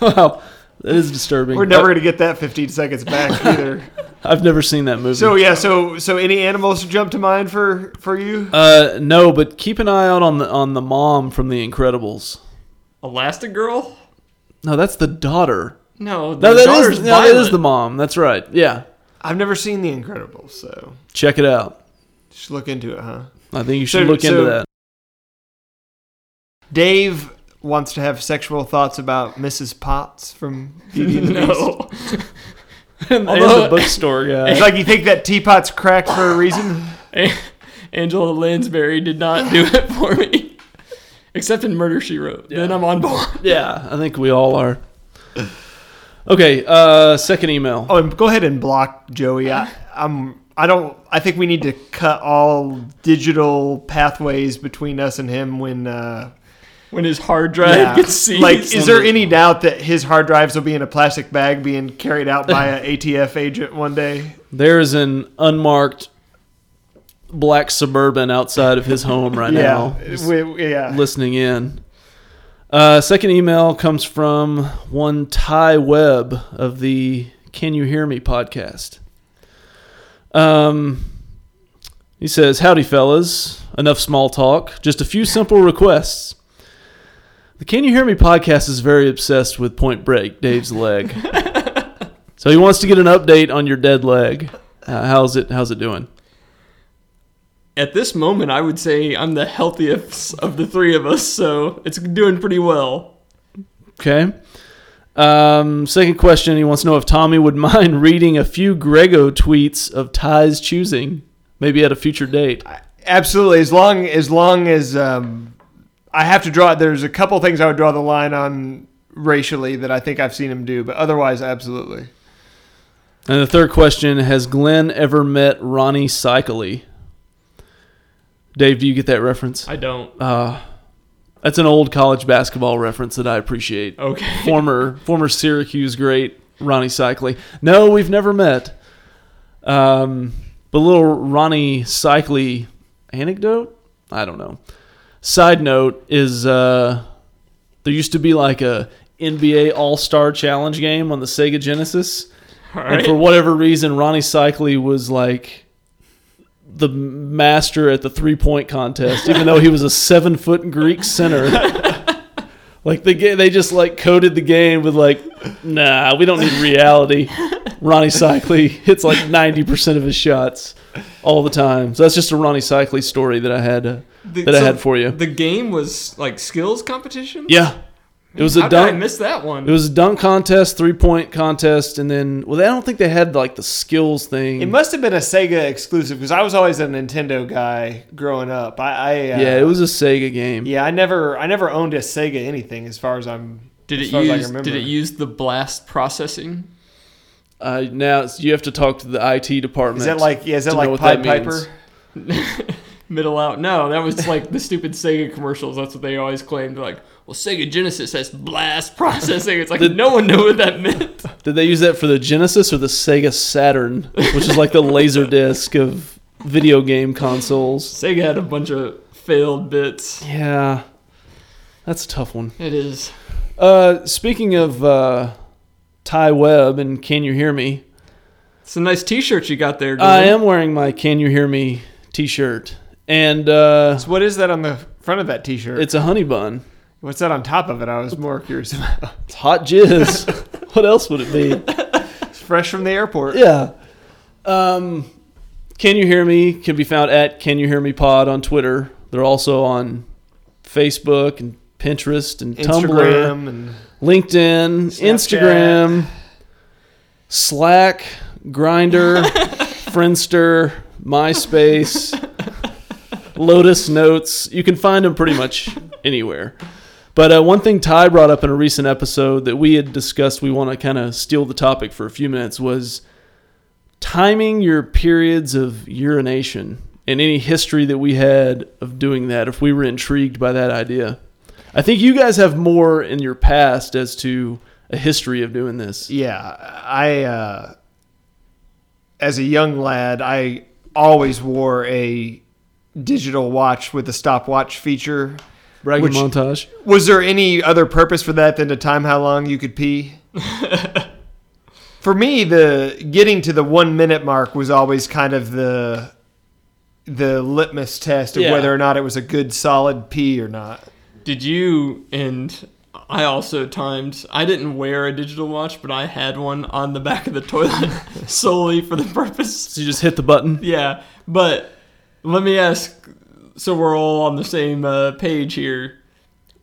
Speaker 2: Wow, that is disturbing.
Speaker 1: we're never gonna get that 15 seconds back either.
Speaker 2: I've never seen that movie.
Speaker 1: So yeah, so so any animals jump to mind for for you?
Speaker 2: uh, no, but keep an eye out on the on the mom from The Incredibles.
Speaker 3: Elastigirl?
Speaker 2: No, that's the daughter.
Speaker 3: No, the
Speaker 2: No, that is
Speaker 3: daughter's
Speaker 2: no, that is
Speaker 3: violent.
Speaker 2: the mom. That's right. Yeah,
Speaker 1: I've never seen The Incredibles, so
Speaker 2: check it out.
Speaker 1: just look into it, huh?
Speaker 2: I think you should
Speaker 1: So-
Speaker 2: look into
Speaker 1: so-
Speaker 2: that.
Speaker 1: Dave wants to have sexual thoughts about Mrs. Potts from Beauty and the Beast.
Speaker 3: no.
Speaker 2: and
Speaker 3: Although-
Speaker 2: the bookstore guy.
Speaker 1: It's like you think that teapot's cracked for a reason.
Speaker 3: Angela Lansbury did not do it for me. Except in Murder She Wrote. Then I'm on board.
Speaker 2: yeah, I think we all are. Okay, uh, second email.
Speaker 1: Oh, and go ahead and block Joey. I, I'm. I don't. I think we need to cut all digital pathways between us and him when. Uh,
Speaker 3: When his hard drive
Speaker 1: yeah.
Speaker 3: gets seized.
Speaker 1: Like, is there any doubt that his hard drives will be in a plastic bag being carried out by an ATF agent one day?
Speaker 2: There is an unmarked black suburban outside of his home right now.
Speaker 1: Yeah. We- we- yeah.
Speaker 2: listening in. Uh, second email comes from one Ty Webb of the Can You Hear Me podcast. Um, he says, Howdy, fellas. Enough small talk. Just a few simple requests. The Can You Hear Me podcast is very obsessed with Point Break, Dave's leg. so he wants to get an update on your dead leg. Uh, how's it? How's it doing?
Speaker 3: At this moment, I would say I'm the healthiest of the three of us, so it's doing pretty well.
Speaker 2: Okay. Um, second question. He wants to know if Tommy would mind reading a few Grego tweets of Ty's choosing, maybe at a future date.
Speaker 1: Absolutely. As long as long as um, I have to draw, there's a couple things I would draw the line on racially that I think I've seen him do, but otherwise, absolutely.
Speaker 2: And the third question: Has Glenn ever met Ronnie Cycley? Dave, do you get that reference?
Speaker 3: I don't.
Speaker 2: Uh, that's an old college basketball reference that I appreciate.
Speaker 3: Okay.
Speaker 2: Former former Syracuse great Ronnie Cycley. No, we've never met. Um, but little Ronnie Cycley anecdote. I don't know. Side note is uh, there used to be like a NBA All Star Challenge game on the Sega Genesis,
Speaker 3: All
Speaker 2: and
Speaker 3: right.
Speaker 2: for whatever reason, Ronnie Cycley was like the master at the three point contest, even though he was a seven foot Greek center. Like the game, they just like coded the game with like, nah, we don't need reality. Ronnie Cycli hits like ninety percent of his shots all the time. So that's just a Ronnie Cycli story that I had uh,
Speaker 3: The-
Speaker 2: that I
Speaker 3: so
Speaker 2: had for you.
Speaker 3: The game was like skills competition.
Speaker 2: Yeah, it was a
Speaker 3: How did I
Speaker 2: dunk.
Speaker 3: miss that one?
Speaker 2: It was a dunk contest, three point contest, and then well, I don't think they had like the skills thing.
Speaker 1: It must have been a Sega exclusive because I was always a Nintendo guy growing up. I, I uh,
Speaker 2: yeah, it was a Sega game.
Speaker 1: yeah. I never I never owned a Sega anything as far as I'm.
Speaker 3: did
Speaker 1: as
Speaker 3: it
Speaker 1: far as I
Speaker 3: use
Speaker 1: remember.
Speaker 3: Did it use the blast processing?
Speaker 2: Uh, now it's- you have to talk to the IT department.
Speaker 1: Is that like yeah? Is that
Speaker 2: To know
Speaker 1: like
Speaker 2: what
Speaker 1: Pied
Speaker 2: that
Speaker 1: Piper?
Speaker 2: means.
Speaker 3: Middle out. No, that was like the stupid Sega commercials. That's what they always claimed. Like, well, Sega Genesis has blast processing. It's like no one knew what that meant.
Speaker 2: Did they use that for the Genesis or the Sega Saturn, which is like the laser disc of video game consoles?
Speaker 3: Sega had a bunch of failed bits.
Speaker 2: Yeah, that's a tough one.
Speaker 3: It is.
Speaker 2: Uh, speaking of uh, Ty Webb and Can You Hear Me?
Speaker 3: It's a nice T-shirt you got
Speaker 1: Mm-hmm.
Speaker 3: there. Dude.
Speaker 2: I am wearing my Can You Hear Me T-shirt, and uh,
Speaker 1: So what is that on the front of that T-shirt?
Speaker 2: it's a honey bun.
Speaker 1: What's that on top of it? I was more curious about.
Speaker 2: It's hot jizz. what else would it be?
Speaker 1: It's fresh from the airport.
Speaker 2: Yeah. Um, Can You Hear Me can be found at Can You Hear Me Pod on Twitter. They're also on Facebook and Pinterest and Tumblr,
Speaker 1: Instagram and
Speaker 2: LinkedIn,
Speaker 1: Snapchat.
Speaker 2: Instagram, Slack, Grinder, Friendster, MySpace, Lotus Notes. You can find them pretty much anywhere. But uh, one thing Ty brought up in a recent episode that we had discussed, we want to kind of steal the topic for a few minutes, was timing your periods of urination and any history that we had of doing that, if we were intrigued by that idea. I think you guys have more in your past as to a history of doing this.
Speaker 1: Yeah, I uh, as a young lad, I always wore a digital watch with a stopwatch feature.
Speaker 2: Bragging
Speaker 1: Which-
Speaker 2: montage.
Speaker 1: Was there any other purpose for that than to time how long you could pee? for me, the getting to the one minute mark was always kind of the the litmus test of
Speaker 2: Yeah.
Speaker 1: whether or not it was a good solid pee or not.
Speaker 3: Did you and I also timed I didn't wear a digital watch, but I had one on the back of the toilet solely for the purpose.
Speaker 2: So you just hit the button.
Speaker 3: Yeah, but let me ask so we're all on the same uh, page here.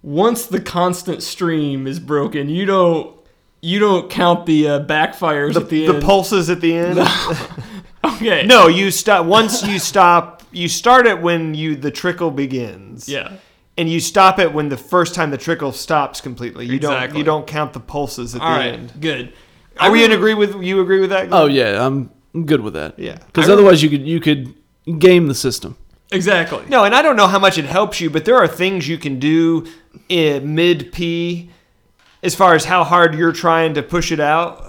Speaker 3: Once the constant stream is broken, you don't you don't count the uh, backfires
Speaker 1: The,
Speaker 3: at the,
Speaker 1: the
Speaker 3: end.
Speaker 1: pulses at the end.
Speaker 3: okay.
Speaker 1: No, you stop once you stop. You start it when you the trickle begins.
Speaker 3: Yeah.
Speaker 1: and you stop it when the first time the trickle stops completely. You don't
Speaker 3: Exactly.
Speaker 1: you don't count the pulses at
Speaker 3: All
Speaker 1: the
Speaker 3: right.
Speaker 1: end.
Speaker 3: Good.
Speaker 1: Are we in agree with you? Agree with that? Glenn?
Speaker 2: Oh yeah, I'm I'm good with that.
Speaker 1: yeah.
Speaker 2: Because
Speaker 3: I remember-
Speaker 2: otherwise you could you could game the system.
Speaker 3: Exactly.
Speaker 1: No, and I don't know how much it helps you, but there are things you can do in mid P, as far as how hard you're trying to push it out.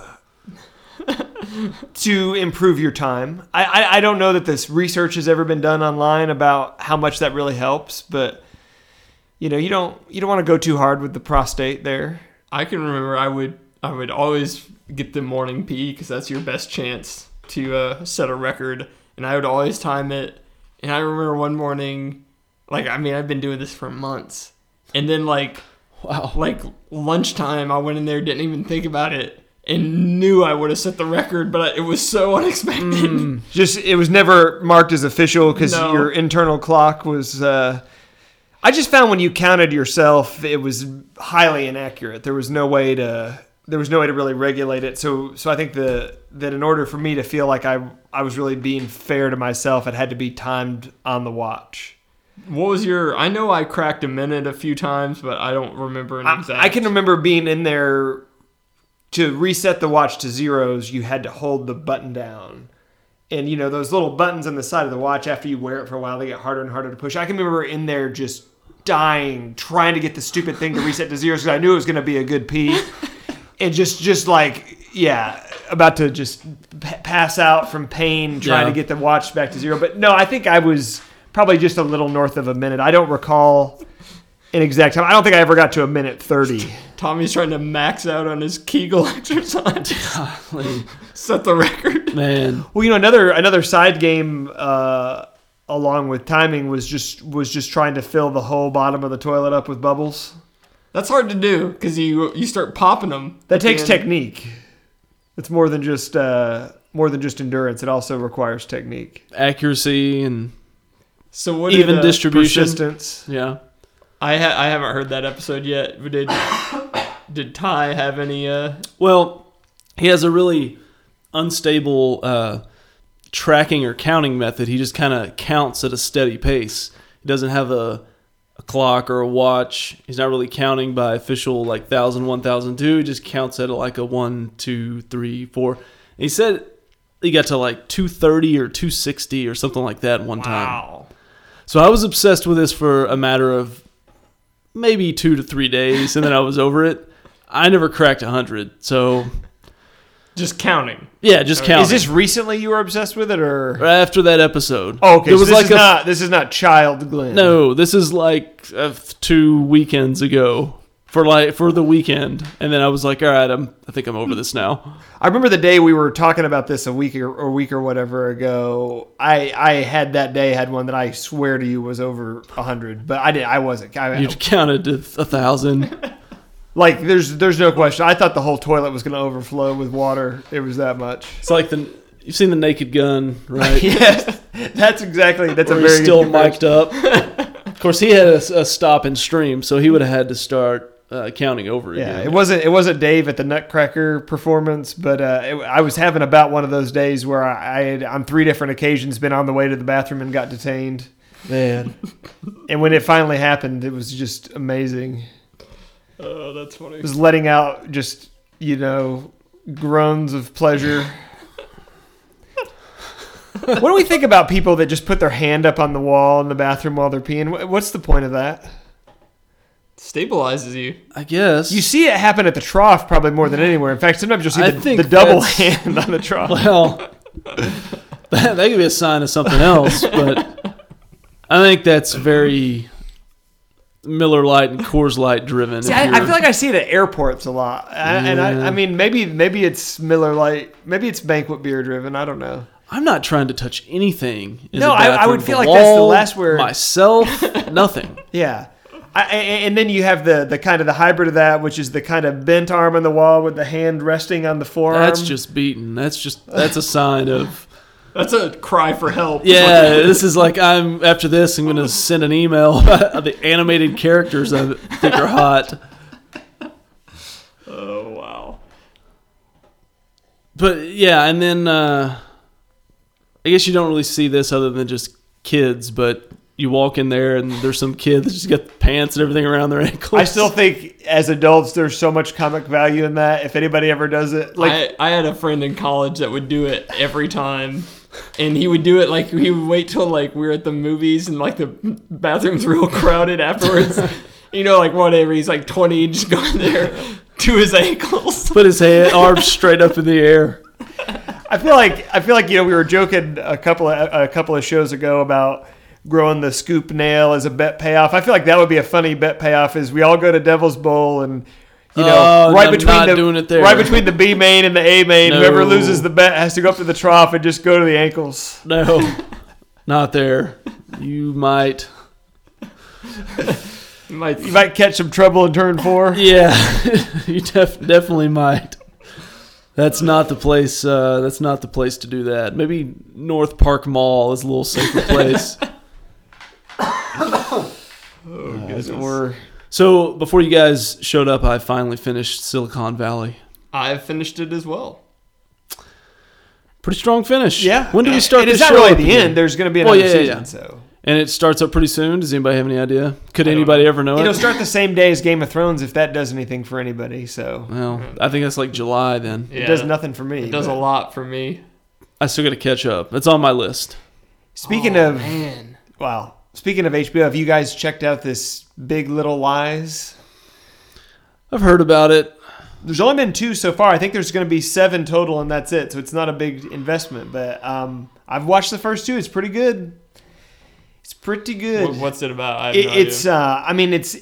Speaker 1: to improve your time, I, I I don't know that this research has ever been done online about how much that really helps, but you know you don't you don't want to go too hard with the prostate there.
Speaker 3: I can remember I would I would always get the morning pee because that's your best chance to uh, set a record, and I would always time it. And I remember one morning, like I mean I've been doing this for months, and then like
Speaker 2: Wow.
Speaker 3: like lunchtime I went in there didn't even think about it and knew I would have set the record, but I, it was so unexpected.
Speaker 1: just it was never marked as official because
Speaker 3: No.
Speaker 1: your internal clock was uh, i just found when you counted yourself it was highly inaccurate there was no way to there was no way to really regulate it so so i think the that in order for me to feel like i i was really being fair to myself it had to be timed on the watch
Speaker 3: What was your? I know I cracked a minute a few times, but I don't remember an
Speaker 1: I,
Speaker 3: exact.
Speaker 1: I can remember being in there to reset the watch to zeros. You had to hold the button down, and you know those little buttons on the side of the watch. After you wear it for a while, they get harder and harder to push. I can remember in there just dying, trying to get the stupid thing to reset to zeros because I knew it was going to be a good pee, and just just like yeah. About to just p- pass out from pain trying
Speaker 2: Yeah.
Speaker 1: to get the watch back to zero. But no, I think I was probably just a little north of a minute. I don't recall an exact time. I don't think I ever got to a minute thirty.
Speaker 3: Tommy's trying to max out on his Kegel exercise, set the record.
Speaker 2: Man.
Speaker 1: Well, you know, another another side game uh, along with timing was just was just trying to fill the whole bottom of the toilet up with bubbles.
Speaker 3: That's hard to do because you you start popping them.
Speaker 1: That takes technique. It's more than just uh, more than just endurance. It also requires technique,
Speaker 2: accuracy and
Speaker 3: So what?
Speaker 2: Even
Speaker 3: did, uh,
Speaker 2: distri- Distribution.
Speaker 1: persistence.
Speaker 2: yeah.
Speaker 3: I ha- I haven't heard that episode yet. But did did Ty have any? Uh,
Speaker 2: Well, he has a really unstable uh, tracking or counting method. He just kind of counts at a steady pace. He doesn't have a, a clock or a watch. He's not really counting by official like 1,000, 1,000, 2. He just counts at like a one, two, three, four. And he said he got to like 230 or 260 or something like that one time.
Speaker 3: wow.
Speaker 1: Um,
Speaker 2: So I was obsessed with this for a matter of maybe two to three days, and then I was over it. I never cracked 100. So
Speaker 3: Just counting.
Speaker 2: yeah, just count.
Speaker 1: Is this recently you were obsessed with it, or
Speaker 2: after that episode?
Speaker 1: oh, okay?
Speaker 2: It
Speaker 1: so
Speaker 2: was
Speaker 1: this
Speaker 2: like
Speaker 1: is
Speaker 2: a
Speaker 1: not this is not child Glenn.
Speaker 2: no. This is like uh, two weekends ago for like for the weekend, and then I was like, all right, I'm I think I'm over this now.
Speaker 1: I remember the day we were talking about this a week or, or week or whatever ago. I I had that day had one that I swear to you was over hundred, but I did I wasn't. I,
Speaker 2: You counted to a thousand.
Speaker 1: like there's there's no question. I thought the whole toilet was going to overflow with water. It was that much.
Speaker 2: It's like the you've seen the Naked Gun, right?
Speaker 1: yes, that's exactly that's a
Speaker 2: Where
Speaker 1: very good
Speaker 2: he's still
Speaker 1: comparison.
Speaker 2: mic'd up. of course, he had a, s- a stop and stream, so he would have had to start uh, counting over
Speaker 1: Yeah,
Speaker 2: again.
Speaker 1: it wasn't it wasn't Dave at the Nutcracker performance, but uh, it, I was having about one of those days where I, I had on three different occasions been on the way to the bathroom and got detained.
Speaker 2: man.
Speaker 1: And when it finally happened, it was just amazing.
Speaker 3: Oh, that's funny.
Speaker 1: It was letting out just you know groans of pleasure. what do we think about people that just put their hand up on the wall in the bathroom while they're peeing? Wh- What's the point of that?
Speaker 3: Stabilizes you.
Speaker 2: I guess
Speaker 1: You see it happen at the trough probably more than anywhere. In fact, sometimes you'll see
Speaker 2: I
Speaker 1: the,
Speaker 2: think
Speaker 1: the double
Speaker 2: that's-
Speaker 1: hand on the trough.
Speaker 2: Well, that, that could be a sign of something else, but I think that's very Miller Light and Coors Light driven.
Speaker 1: See,
Speaker 2: if
Speaker 1: I, I
Speaker 2: you're-
Speaker 1: feel like I see it at airports a lot, I, and I, I mean, maybe maybe it's Miller Lite, maybe it's banquet beer driven. I don't know.
Speaker 2: I'm not trying to touch anything. in
Speaker 1: No,
Speaker 2: the
Speaker 1: I- I
Speaker 2: bathroom,
Speaker 1: would feel
Speaker 2: the
Speaker 1: like that's the
Speaker 2: wall,
Speaker 1: last word.
Speaker 2: Myself, nothing.
Speaker 1: Yeah, I, I- and then you have the the kind of the hybrid of that, which is the kind of bent arm on the wall with the hand resting on the forearm.
Speaker 2: That's just beaten. That's just that's a sign of
Speaker 3: That's a cry for help.
Speaker 2: yeah. This is like I'm after this. I'm gonna send an email of the animated characters I think are hot.
Speaker 3: Oh wow.
Speaker 2: But yeah, and then uh, I guess you don't really see this other than just kids, but you walk in there and there's some kid that's just got pants and everything around their ankles.
Speaker 1: I still think as adults, there's so much comic value in that. If anybody ever does it, like
Speaker 3: I, I had a friend in college that would do it every time. And he would do it like he would wait till like we were at the movies and like the bathroom's real crowded afterwards. you know, like whatever. He's like 20, just going there to his ankles.
Speaker 2: put his hand, arms straight up in the air.
Speaker 1: I feel like I feel like you know we were joking a couple of, a couple of shows ago about growing the scoop nail as a bet payoff. I feel like that would be a funny bet payoff is we all go to Devil's Bowl and you know
Speaker 2: Oh,
Speaker 1: right
Speaker 2: I'm
Speaker 1: between
Speaker 2: not
Speaker 1: the
Speaker 2: doing it there.
Speaker 1: right between the B main and the A main, whoever
Speaker 2: No.
Speaker 1: loses the bet has to go up to the trough and just go to the ankles.
Speaker 2: No, not there. You might.
Speaker 3: My,
Speaker 1: You might catch some trouble in turn four.
Speaker 2: Yeah, you def- definitely might. That's not the place. Uh, that's not the place to do that. Maybe North Park Mall is a little safer place.
Speaker 1: Oh,
Speaker 2: Uh,
Speaker 1: As it were.
Speaker 2: so before you guys showed up, I finally finished Silicon Valley.
Speaker 3: I finished it as well.
Speaker 2: pretty strong finish.
Speaker 1: Yeah.
Speaker 2: When do we
Speaker 1: It
Speaker 2: start?
Speaker 1: is
Speaker 2: the
Speaker 1: not
Speaker 2: show
Speaker 1: really
Speaker 2: up
Speaker 1: the
Speaker 2: again?
Speaker 1: end. There's going to be
Speaker 2: Well,
Speaker 1: another
Speaker 2: yeah, yeah,
Speaker 1: season,
Speaker 2: yeah.
Speaker 1: so.
Speaker 2: And it starts up pretty soon. Does anybody have any idea? Could anybody ever know it?
Speaker 1: It'll start the same day as Game of Thrones if that does anything for anybody. So
Speaker 2: well, I think that's like July. Then
Speaker 1: it does nothing for me.
Speaker 3: It does a
Speaker 1: but-
Speaker 3: lot for me.
Speaker 2: I still got to catch up. That's on my list.
Speaker 1: Speaking
Speaker 3: Oh,
Speaker 1: of
Speaker 3: Man.
Speaker 1: Wow. Speaking of HBO, have you guys checked out this Big Little Lies?
Speaker 2: I've heard about it.
Speaker 1: There's only been two so far. I think there's going to be seven total, and that's it. So it's not a big investment. But um, I've watched the first two. It's pretty good. It's pretty good.
Speaker 3: What- What's it about? I have
Speaker 1: It-
Speaker 3: no
Speaker 1: it's.
Speaker 3: idea.
Speaker 1: Uh, I mean, it's.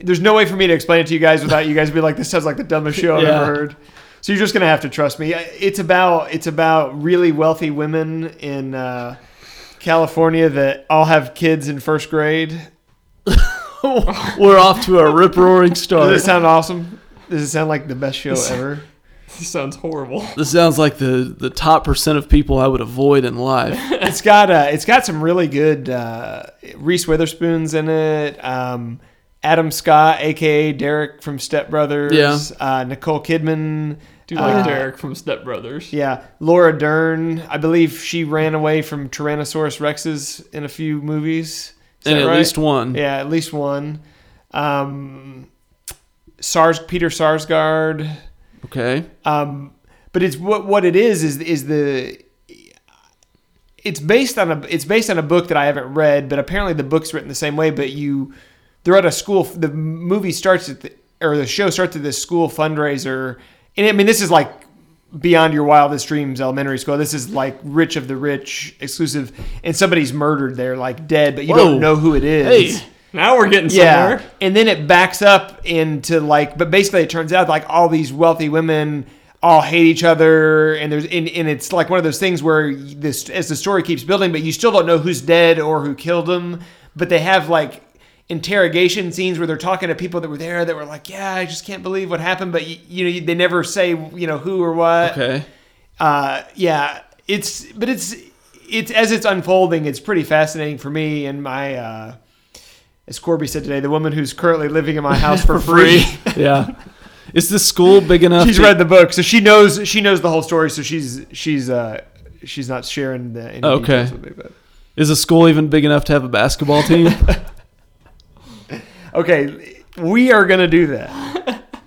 Speaker 1: There's no way for me to explain it to you guys without you guys being like, "This sounds like the dumbest show I've
Speaker 2: Yeah.
Speaker 1: ever heard." So you're just gonna have to trust me. It's about it's about really wealthy women in uh, California that all have kids in first grade,
Speaker 2: We're off to a rip roaring start.
Speaker 1: Does it sound awesome? Does it sound like the best show ever?
Speaker 3: This sounds horrible.
Speaker 2: This sounds like the, the top percent of people I would avoid in life.
Speaker 1: it's got uh, it's got some really good uh, Reese Witherspoon's in it. Um, Adam Scott, aka Derek from Step Brothers.
Speaker 2: Yeah.
Speaker 1: Uh, Nicole Kidman.
Speaker 3: Do you like
Speaker 1: Uh,
Speaker 3: Derek from Step Brothers?
Speaker 1: Yeah, Laura Dern. I believe she ran away from Tyrannosaurus Rexes in a few movies. Is
Speaker 2: and
Speaker 1: that
Speaker 2: at
Speaker 1: right?
Speaker 2: least one.
Speaker 1: yeah, at least one. Um, Sars Peter Sarsgaard.
Speaker 2: Okay.
Speaker 1: Um, but it's what what it is is is the it's based on a it's based on a book that I haven't read, but apparently the book's written the same way. But you they're at a school. The movie starts at the, or the show starts at this school fundraiser, and I mean this is like beyond your wildest dreams elementary school. This is like rich of the rich exclusive, and somebody's murdered there, like dead, but you
Speaker 2: Whoa.
Speaker 1: don't know who it is.
Speaker 2: Hey.
Speaker 3: Now we're getting
Speaker 1: Yeah,
Speaker 3: somewhere.
Speaker 1: and then it backs up into like, but basically it turns out like all these wealthy women all hate each other, and there's and, and it's like one of those things where this as the story keeps building, but you still don't know who's dead or who killed them. But they have like interrogation scenes where they're talking to people that were there that were like, yeah, I just can't believe what happened, but you, you know they never say you know who or what
Speaker 2: Okay.
Speaker 1: uh, yeah, it's but it's it's as it's unfolding, it's pretty fascinating for me and my. Uh, as Corby said today, the woman who's currently living in my house for, free,
Speaker 2: Yeah. Is this school big enough?
Speaker 1: she's
Speaker 2: that-
Speaker 1: read the book, so she knows she knows the whole story. So she's she's uh, she's not sharing the any
Speaker 2: Okay.
Speaker 1: details with me, but-
Speaker 2: Is the school even big enough to have a basketball team?
Speaker 1: Okay, we are gonna do that.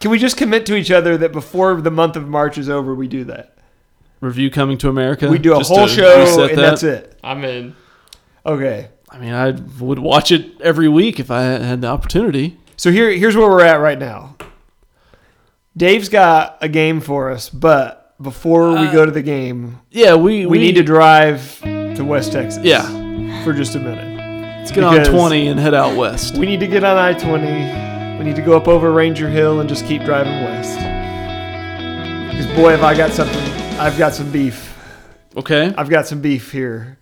Speaker 1: Can we just commit to each other that before the month of March is over, we do that?
Speaker 2: Review Coming to America.
Speaker 1: We do a
Speaker 2: Just
Speaker 1: whole
Speaker 2: to
Speaker 1: show
Speaker 2: reset
Speaker 1: and
Speaker 2: that?
Speaker 1: that's it.
Speaker 3: I'm in.
Speaker 1: Okay.
Speaker 2: I mean, I would watch it every week if I had the opportunity.
Speaker 1: So here, here's where we're at right now. Dave's got a game for us, but before we go to the game,
Speaker 2: Yeah, we
Speaker 1: we, need to drive to West Texas.
Speaker 2: Yeah,
Speaker 1: For just a minute.
Speaker 2: let's get on
Speaker 1: Because-
Speaker 2: twenty and head out west.
Speaker 1: We need to get on I 20. We need to go up over Ranger Hill and just keep driving west. Because, boy, have I got something. I've got some beef.
Speaker 2: Okay,
Speaker 1: I've got some beef here.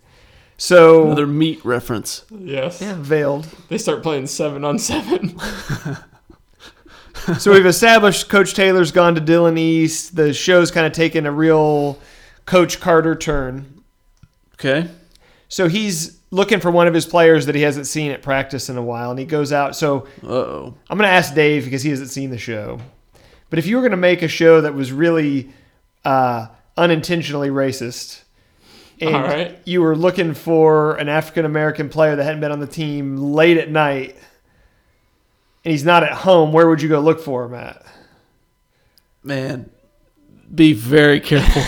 Speaker 1: So,
Speaker 2: another meat reference.
Speaker 3: Yes.
Speaker 1: yeah, veiled.
Speaker 3: They start playing seven on seven.
Speaker 1: so we've established Coach Taylor's gone to Dylan East. The show's kind of taken a real Coach Carter turn.
Speaker 2: Okay,
Speaker 1: So he's looking for one of his players that he hasn't seen at practice in a while, and he goes out. So
Speaker 2: uh oh,
Speaker 1: I'm going to ask Dave because he hasn't seen the show. But if you were going to make a show that was really uh, unintentionally racist, and
Speaker 3: All right.
Speaker 1: you were looking for an African American player that hadn't been on the team late at night, and he's not at home, where would you go look for him at?
Speaker 2: man, be very careful.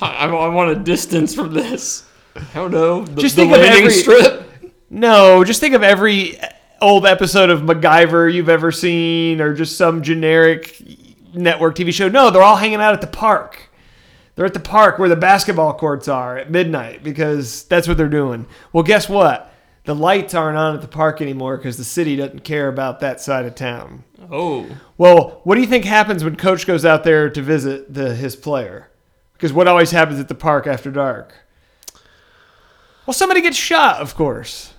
Speaker 3: I, I want a distance from this. I don't know. The,
Speaker 1: Just
Speaker 3: the
Speaker 1: think of
Speaker 3: landing
Speaker 1: every-
Speaker 3: strip.
Speaker 1: No, just think of every old episode of MacGyver you've ever seen, or just some generic network TV show. No, they're all hanging out at the park. They're at the park where the basketball courts are at midnight because that's what they're doing. Well, guess what? The lights aren't on at the park anymore because the city doesn't care about that side of town.
Speaker 3: Oh,
Speaker 1: Well, what do you think happens when coach goes out there to visit the, his player? Because what always happens at the park after dark? Well, somebody gets shot, of course.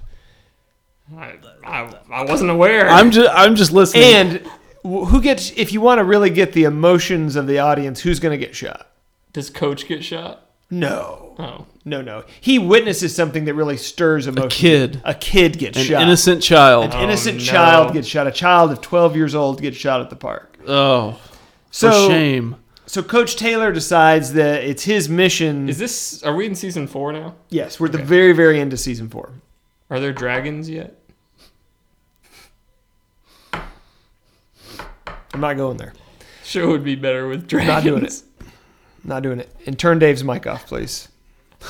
Speaker 3: I, I, I wasn't aware.
Speaker 2: I'm just, I'm just listening.
Speaker 1: And wh- who gets? If you want to really get the emotions of the audience, who's going to get shot?
Speaker 3: Does Coach get shot?
Speaker 1: No,
Speaker 3: Oh,
Speaker 1: no, no. He witnesses something that really stirs
Speaker 2: a
Speaker 1: emotion.
Speaker 2: kid,
Speaker 1: A kid gets
Speaker 2: an
Speaker 1: shot.
Speaker 2: innocent child.
Speaker 1: An innocent
Speaker 3: Oh, no.
Speaker 1: child gets shot. A child of 12 years old gets shot at the park.
Speaker 2: Oh,
Speaker 1: So,
Speaker 2: for shame.
Speaker 1: so Coach Taylor decides that it's his mission.
Speaker 3: is this? Are we in season four now?
Speaker 1: yes, we're at the very, very end of season four.
Speaker 3: Are there dragons yet?
Speaker 1: I'm not going there.
Speaker 3: Show would be better with dragons.
Speaker 1: Not doing it. Not doing it. And turn Dave's mic off, please.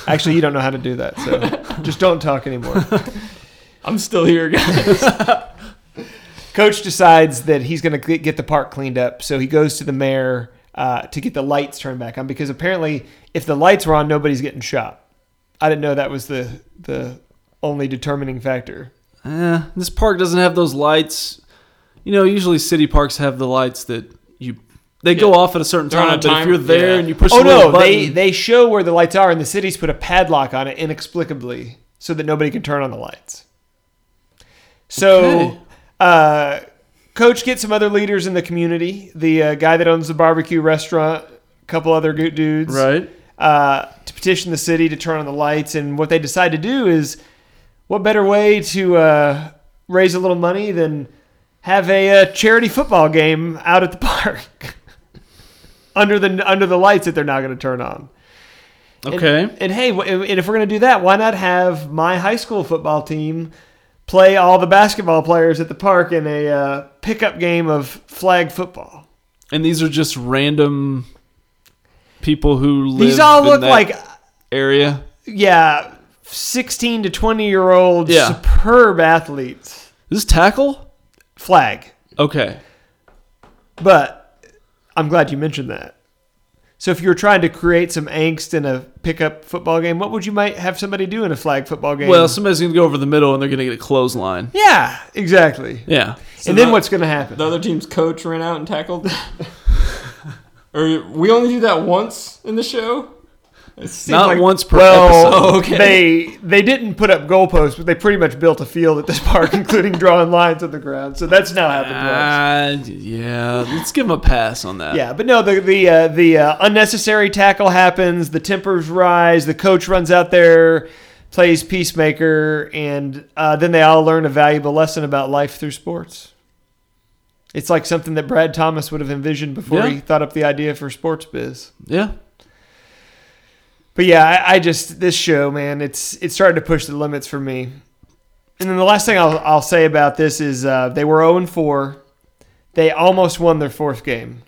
Speaker 1: Actually, you don't know how to do that, so just don't talk anymore.
Speaker 3: I'm still here, guys.
Speaker 1: Coach decides that he's going to get the park cleaned up, so he goes to the mayor uh, to get the lights turned back on because apparently, if the lights were on, nobody's getting shot. I didn't know that was the the only determining factor.
Speaker 2: Eh, this park doesn't have those lights. You know, usually city parks have the lights that you they go
Speaker 3: Yeah.
Speaker 2: off at a certain
Speaker 3: They're on a
Speaker 2: time, but if
Speaker 3: timer,
Speaker 2: you're there
Speaker 3: yeah.
Speaker 2: and you push
Speaker 1: Oh
Speaker 2: the little
Speaker 1: no,
Speaker 2: button,
Speaker 1: they they show where the lights are, and the city's put a padlock on it inexplicably so that nobody can turn on the lights. So,
Speaker 2: Okay.
Speaker 1: uh, coach gets some other leaders in the community. The uh, guy that owns the barbecue restaurant, a couple other good dudes,
Speaker 2: Right.
Speaker 1: uh, to petition the city to turn on the lights. And what they decide to do is, what better way to uh, raise a little money than have a uh, charity football game out at the park under the under the lights that they're not going to turn on. And-
Speaker 2: Okay.
Speaker 1: And, hey, wh- and if we're going to do that, why not have my high school football team play all the basketball players at the park in a uh, pickup game of flag football?
Speaker 2: And these are just random people who live
Speaker 1: These all
Speaker 2: in
Speaker 1: look
Speaker 2: that
Speaker 1: like,
Speaker 2: area.
Speaker 1: yeah, 16 to 20 year old
Speaker 2: Yeah.
Speaker 1: superb athletes.
Speaker 2: Is this tackle?
Speaker 1: Flag.
Speaker 2: Okay.
Speaker 1: But I'm glad you mentioned that. So if you were trying to create some angst in a pickup football game, what would you might have somebody do in a flag football game?
Speaker 2: Well, somebody's gonna go over the middle and they're gonna get a clothesline.
Speaker 1: yeah, exactly.
Speaker 2: Yeah.
Speaker 1: and then
Speaker 3: the-
Speaker 1: what's going to happen?
Speaker 3: The other team's coach ran out and tackled. or we only do that once in the show. It seems
Speaker 2: Not
Speaker 3: like-
Speaker 2: once per
Speaker 1: Well,
Speaker 2: episode.
Speaker 3: Oh, okay.
Speaker 1: they they didn't put up goalposts, but they pretty much built a field at this park, including drawing lines on the ground. So that's now happened once.
Speaker 2: Uh, yeah. Let's give him a pass on that.
Speaker 1: Yeah, but no, the the uh, the uh, unnecessary tackle happens. The tempers rise. The coach runs out there, plays peacemaker, and uh, then they all learn a valuable lesson about life through sports. It's like something that Brad Thomas would have envisioned before
Speaker 2: Yeah.
Speaker 1: he thought up the idea for sports biz.
Speaker 2: Yeah.
Speaker 1: But yeah, I, I just this show, man, it's it's starting to push the limits for me. And then the last thing I'll I'll say about this is uh, they were 0 4. They almost won their fourth game.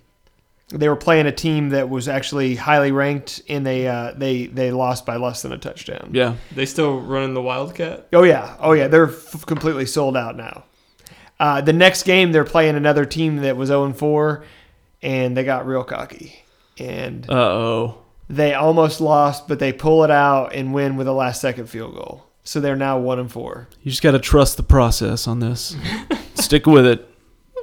Speaker 1: They were playing a team that was actually highly ranked, and they uh, they they lost by less than a touchdown.
Speaker 2: Yeah.
Speaker 3: They still running the Wildcat.
Speaker 1: Oh yeah, oh yeah, they're f- completely sold out now. Uh, the next game they're playing another team that was 0 4, and they got real cocky. And
Speaker 2: Uh oh.
Speaker 1: they almost lost, but they pull it out and win with a last second field goal. So they're now one and four.
Speaker 2: You just gotta trust the process on this. Stick with it.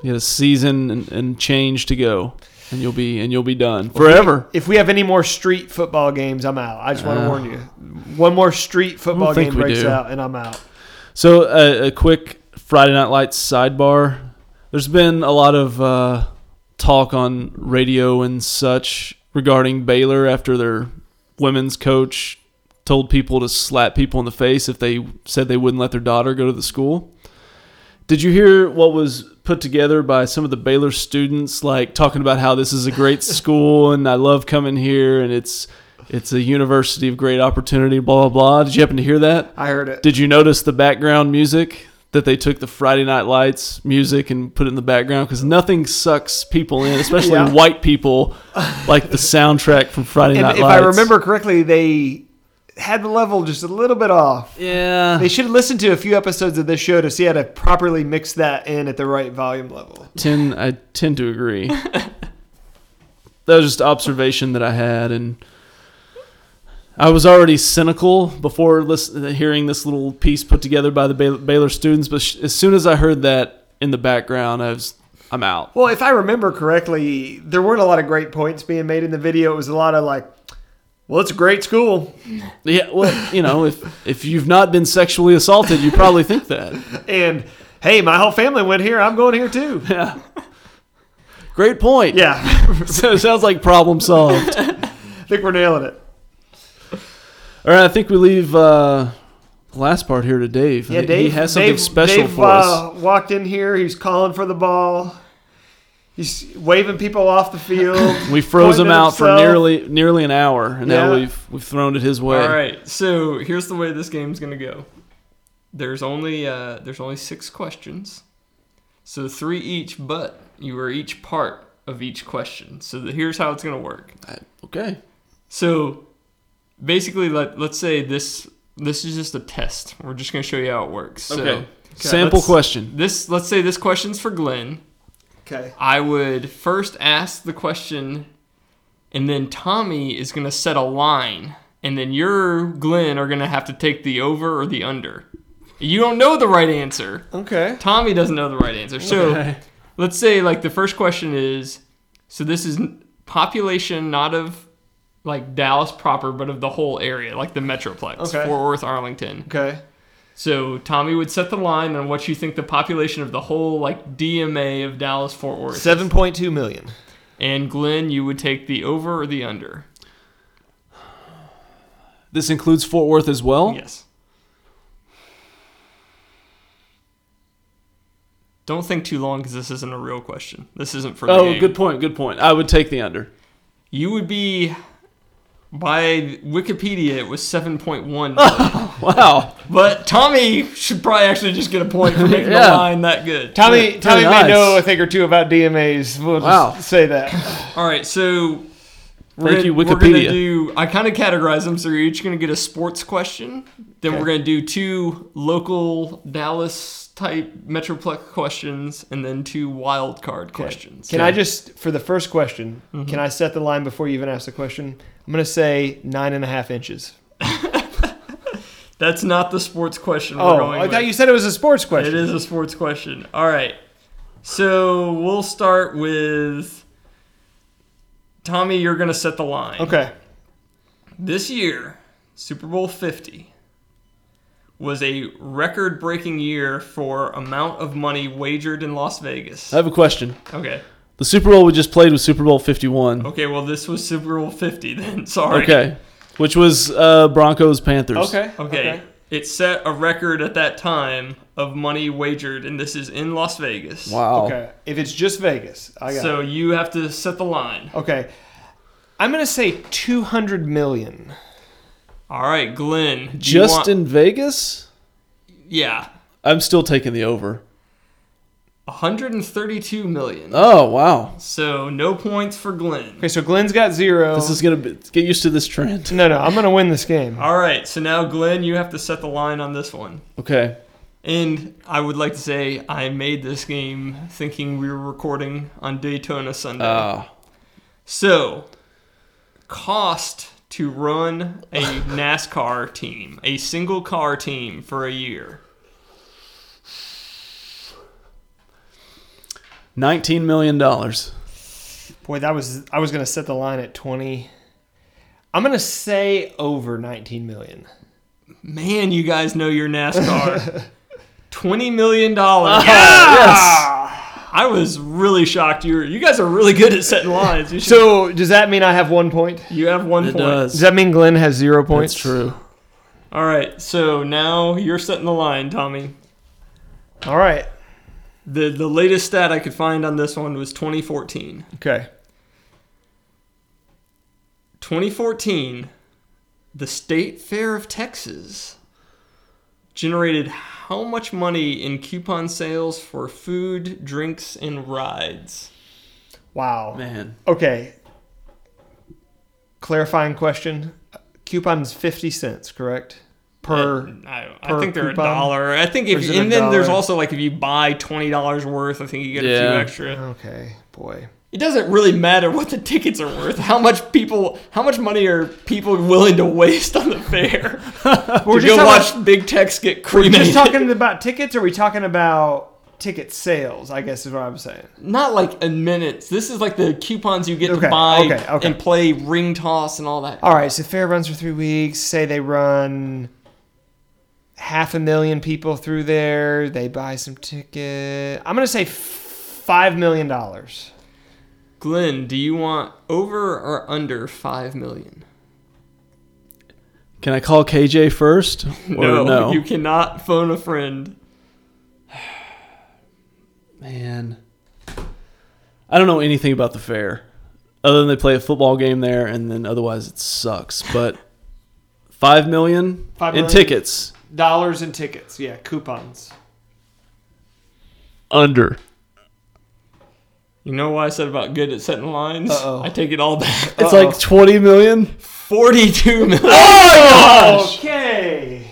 Speaker 2: You got a season and, and change to go, and you'll be and you'll be done forever.
Speaker 1: If we have any more street football games, I'm out. I just want to
Speaker 2: Uh,
Speaker 1: warn you. One more street football
Speaker 2: think
Speaker 1: game
Speaker 2: we
Speaker 1: breaks
Speaker 2: do.
Speaker 1: out, and I'm out.
Speaker 2: So uh, a quick Friday Night Lights sidebar. There's been a lot of uh, talk on radio and such regarding Baylor after their women's coach told people to slap people in the face if they said they wouldn't let their daughter go to the school. Did you hear what was put together by some of the Baylor students, like talking about how this is a great school and I love coming here and it's it's a university of great opportunity, blah blah blah. Did you happen to hear that?
Speaker 1: I heard it.
Speaker 2: Did you notice the background music that they took the Friday Night Lights music and put it in the background? Because nothing sucks people in, especially
Speaker 1: Yeah.
Speaker 2: white people, like the soundtrack from Friday
Speaker 1: And
Speaker 2: Night
Speaker 1: if I
Speaker 2: Lights.
Speaker 1: remember correctly, they had the level just a little bit off.
Speaker 2: yeah,
Speaker 1: They should listen to a few episodes of this show to see how to properly mix that in at the right volume level.
Speaker 2: tend I tend to agree. that was just observation that I had, and I was already cynical before listen, hearing this little piece put together by the Bay- Baylor students. But sh- as soon as I heard that in the background, I was I'm out.
Speaker 1: Well, if I remember correctly, there weren't a lot of great points being made in the video. It was a lot of like, well, it's a great school.
Speaker 2: Yeah, well, you know, if if you've not been sexually assaulted, you probably think that.
Speaker 1: and hey, my whole family went here. I'm going here too.
Speaker 2: Yeah. Great point.
Speaker 1: Yeah,
Speaker 2: So it sounds like problem solved.
Speaker 1: I think we're nailing it.
Speaker 2: All right, I think we leave uh, the last part here to Dave. I
Speaker 1: Yeah,
Speaker 2: think
Speaker 1: Dave
Speaker 2: he has something
Speaker 1: Dave-
Speaker 2: special
Speaker 1: Dave,
Speaker 2: for us.
Speaker 1: Uh, walked in here. He's calling for the ball. He's waving people off the field.
Speaker 2: We froze him
Speaker 1: pointing
Speaker 2: out for
Speaker 1: himself.
Speaker 2: nearly nearly an hour, and now
Speaker 1: Yeah.
Speaker 2: we've we've thrown it his way.
Speaker 3: All right. So here's the way this game's gonna go. There's only uh, there's only six questions, so three each, but you are each part of each question. So the, here's how it's gonna work.
Speaker 2: Uh, Okay.
Speaker 3: So basically, let let's say this this is just a test. We're just gonna show you how it works. So
Speaker 2: Okay. Sample
Speaker 3: let's-
Speaker 2: question.
Speaker 3: This let's say this question's for Glenn.
Speaker 1: Okay.
Speaker 3: I would first ask the question, and then Tommy is going to set a line, and then you're Glenn are going to have to take the over or the under. You don't know the right answer.
Speaker 1: Okay.
Speaker 3: Tommy doesn't know the right answer. So let's say like the first question is, so this is n- population not of like Dallas proper, but of the whole area, like the metroplex,
Speaker 1: Okay.
Speaker 3: Fort Worth, Arlington.
Speaker 1: Okay.
Speaker 3: So Tommy would set the line on what you think the population of the whole like DMA of Dallas Fort Worth. is.
Speaker 1: Seven point two million.
Speaker 3: And Glenn, you would take the over or the under.
Speaker 2: This includes Fort Worth as well.
Speaker 3: Yes. Don't think too long because this isn't a real question. This isn't for. The
Speaker 2: Oh,
Speaker 3: game.
Speaker 2: good point. Good point. I would take the under.
Speaker 3: You would be. By Wikipedia, it was seven point one. million.
Speaker 2: Wow.
Speaker 3: but Tommy should probably actually just get a point for making the
Speaker 2: Yeah.
Speaker 3: line that good.
Speaker 1: Tommy, Tommy
Speaker 2: nice.
Speaker 1: may know a thing or two about DMAs. We'll just
Speaker 2: Wow.
Speaker 1: say that.
Speaker 3: All right, so we're
Speaker 2: Thank you,
Speaker 3: We're gonna
Speaker 2: Wikipedia.
Speaker 3: do. I kind of categorize them, so you're each gonna get a sports question. Then we're gonna do two local Dallas type Metroplex questions, and then two wild card questions.
Speaker 1: Can I just, for the first question,
Speaker 2: Mm-hmm.
Speaker 1: can I set the line before you even ask the question? I'm going to say nine and a half inches.
Speaker 3: That's not the sports question. We're
Speaker 1: Oh,
Speaker 3: going
Speaker 1: I thought
Speaker 3: with.
Speaker 1: you said it was a sports
Speaker 3: It
Speaker 1: question.
Speaker 3: is a sports question. All right, so we'll start with Tommy. You're gonna set the line.
Speaker 1: Okay.
Speaker 3: This year, Super Bowl 50 was a record breaking year for amount of money wagered in Las Vegas.
Speaker 2: I have a question.
Speaker 3: Okay.
Speaker 2: The Super Bowl we just played was Super Bowl 51.
Speaker 3: Okay, well, this was Super Bowl 50 then. Sorry.
Speaker 2: Okay. Which was uh, Broncos Panthers.
Speaker 3: Okay. It set a record at that time of money wagered, and this is in Las Vegas.
Speaker 2: Wow.
Speaker 1: Okay. If it's just Vegas, I got
Speaker 3: So
Speaker 1: it.
Speaker 3: you have to set the line.
Speaker 1: Okay. I'm going to say 200 million.
Speaker 3: All right, Glenn. do you
Speaker 2: Just
Speaker 3: want-
Speaker 2: in Vegas?
Speaker 3: Yeah.
Speaker 2: I'm still taking the over.
Speaker 3: 132 million.
Speaker 2: Oh, wow.
Speaker 3: So no points for Glenn.
Speaker 1: Okay, so Glenn's got zero.
Speaker 2: This is going to get used to this trend.
Speaker 1: no, no, I'm going to win this game.
Speaker 3: All right, so now Glenn, you have to set the line on this one.
Speaker 2: Okay.
Speaker 3: And I would like to say I made this game thinking we were recording on Daytona Sunday.
Speaker 1: Oh.
Speaker 2: Uh,
Speaker 3: so, cost to run a NASCAR team, a single car team for a year.
Speaker 2: 19 million dollars.
Speaker 1: Boy, that was I was going to set the line at 20. I'm going to say over 19 million.
Speaker 3: Man, you guys know your NASCAR. $20 million. dollars.
Speaker 1: Ah,
Speaker 3: I was really shocked. You were, you guys are really good at setting lines. You, should,
Speaker 1: So, does that mean I have 1 point?
Speaker 3: you have one
Speaker 2: It
Speaker 3: point.
Speaker 2: does.
Speaker 1: Does that mean Glenn has 0 points?
Speaker 2: That's true.
Speaker 3: All right, so now you're setting the line, Tommy.
Speaker 1: All right.
Speaker 3: The the latest stat I could find on this one was 2014.
Speaker 1: Okay.
Speaker 3: 2014, the State Fair of Texas generated how much money in coupon sales for food, drinks, and rides?
Speaker 1: Wow.
Speaker 2: Man.
Speaker 1: Okay. Clarifying question. Coupon's 50 cents, correct? Per
Speaker 3: And I, I
Speaker 1: per
Speaker 3: think they're
Speaker 1: coupon?
Speaker 3: a dollar. I think if
Speaker 1: is
Speaker 3: you,
Speaker 1: it a
Speaker 3: and then there's
Speaker 1: dollar?
Speaker 3: also like if you buy twenty dollars worth, I think you get a
Speaker 2: Yeah.
Speaker 3: few
Speaker 1: Uh-huh.
Speaker 3: extra.
Speaker 1: Okay, boy.
Speaker 3: It doesn't really matter what the tickets are worth. How much people, how much money are people willing to waste on the fair?
Speaker 1: We're
Speaker 3: to go
Speaker 1: just,
Speaker 3: watch
Speaker 1: talking,
Speaker 3: Big Tex get cremated.
Speaker 1: just talking about tickets. Or are we talking about ticket sales? I guess is what I'm saying.
Speaker 3: Not like in minutes. This is like the coupons you get to
Speaker 1: Okay,
Speaker 3: buy
Speaker 1: okay, okay.
Speaker 3: and play ring toss and all that.
Speaker 1: All right. So fair runs for three weeks. Say they run half a million people through there. They buy some ticket. I'm gonna say f- five million dollars.
Speaker 3: Glenn, do you want over or under five million?
Speaker 2: Can I call KJ first? Or no.
Speaker 3: you cannot phone a friend.
Speaker 2: Man. I don't know anything about the fair. Other than they play a football game there and then otherwise it sucks. But five million
Speaker 1: Five
Speaker 2: in
Speaker 1: million.
Speaker 2: tickets.
Speaker 1: Dollars and tickets. Yeah, coupons.
Speaker 2: Under.
Speaker 3: You know what I said about good at setting lines?
Speaker 1: Uh-oh.
Speaker 3: I take it all back.
Speaker 2: It's
Speaker 1: Uh-oh.
Speaker 2: like twenty million.
Speaker 3: Forty-two million.
Speaker 1: Okay.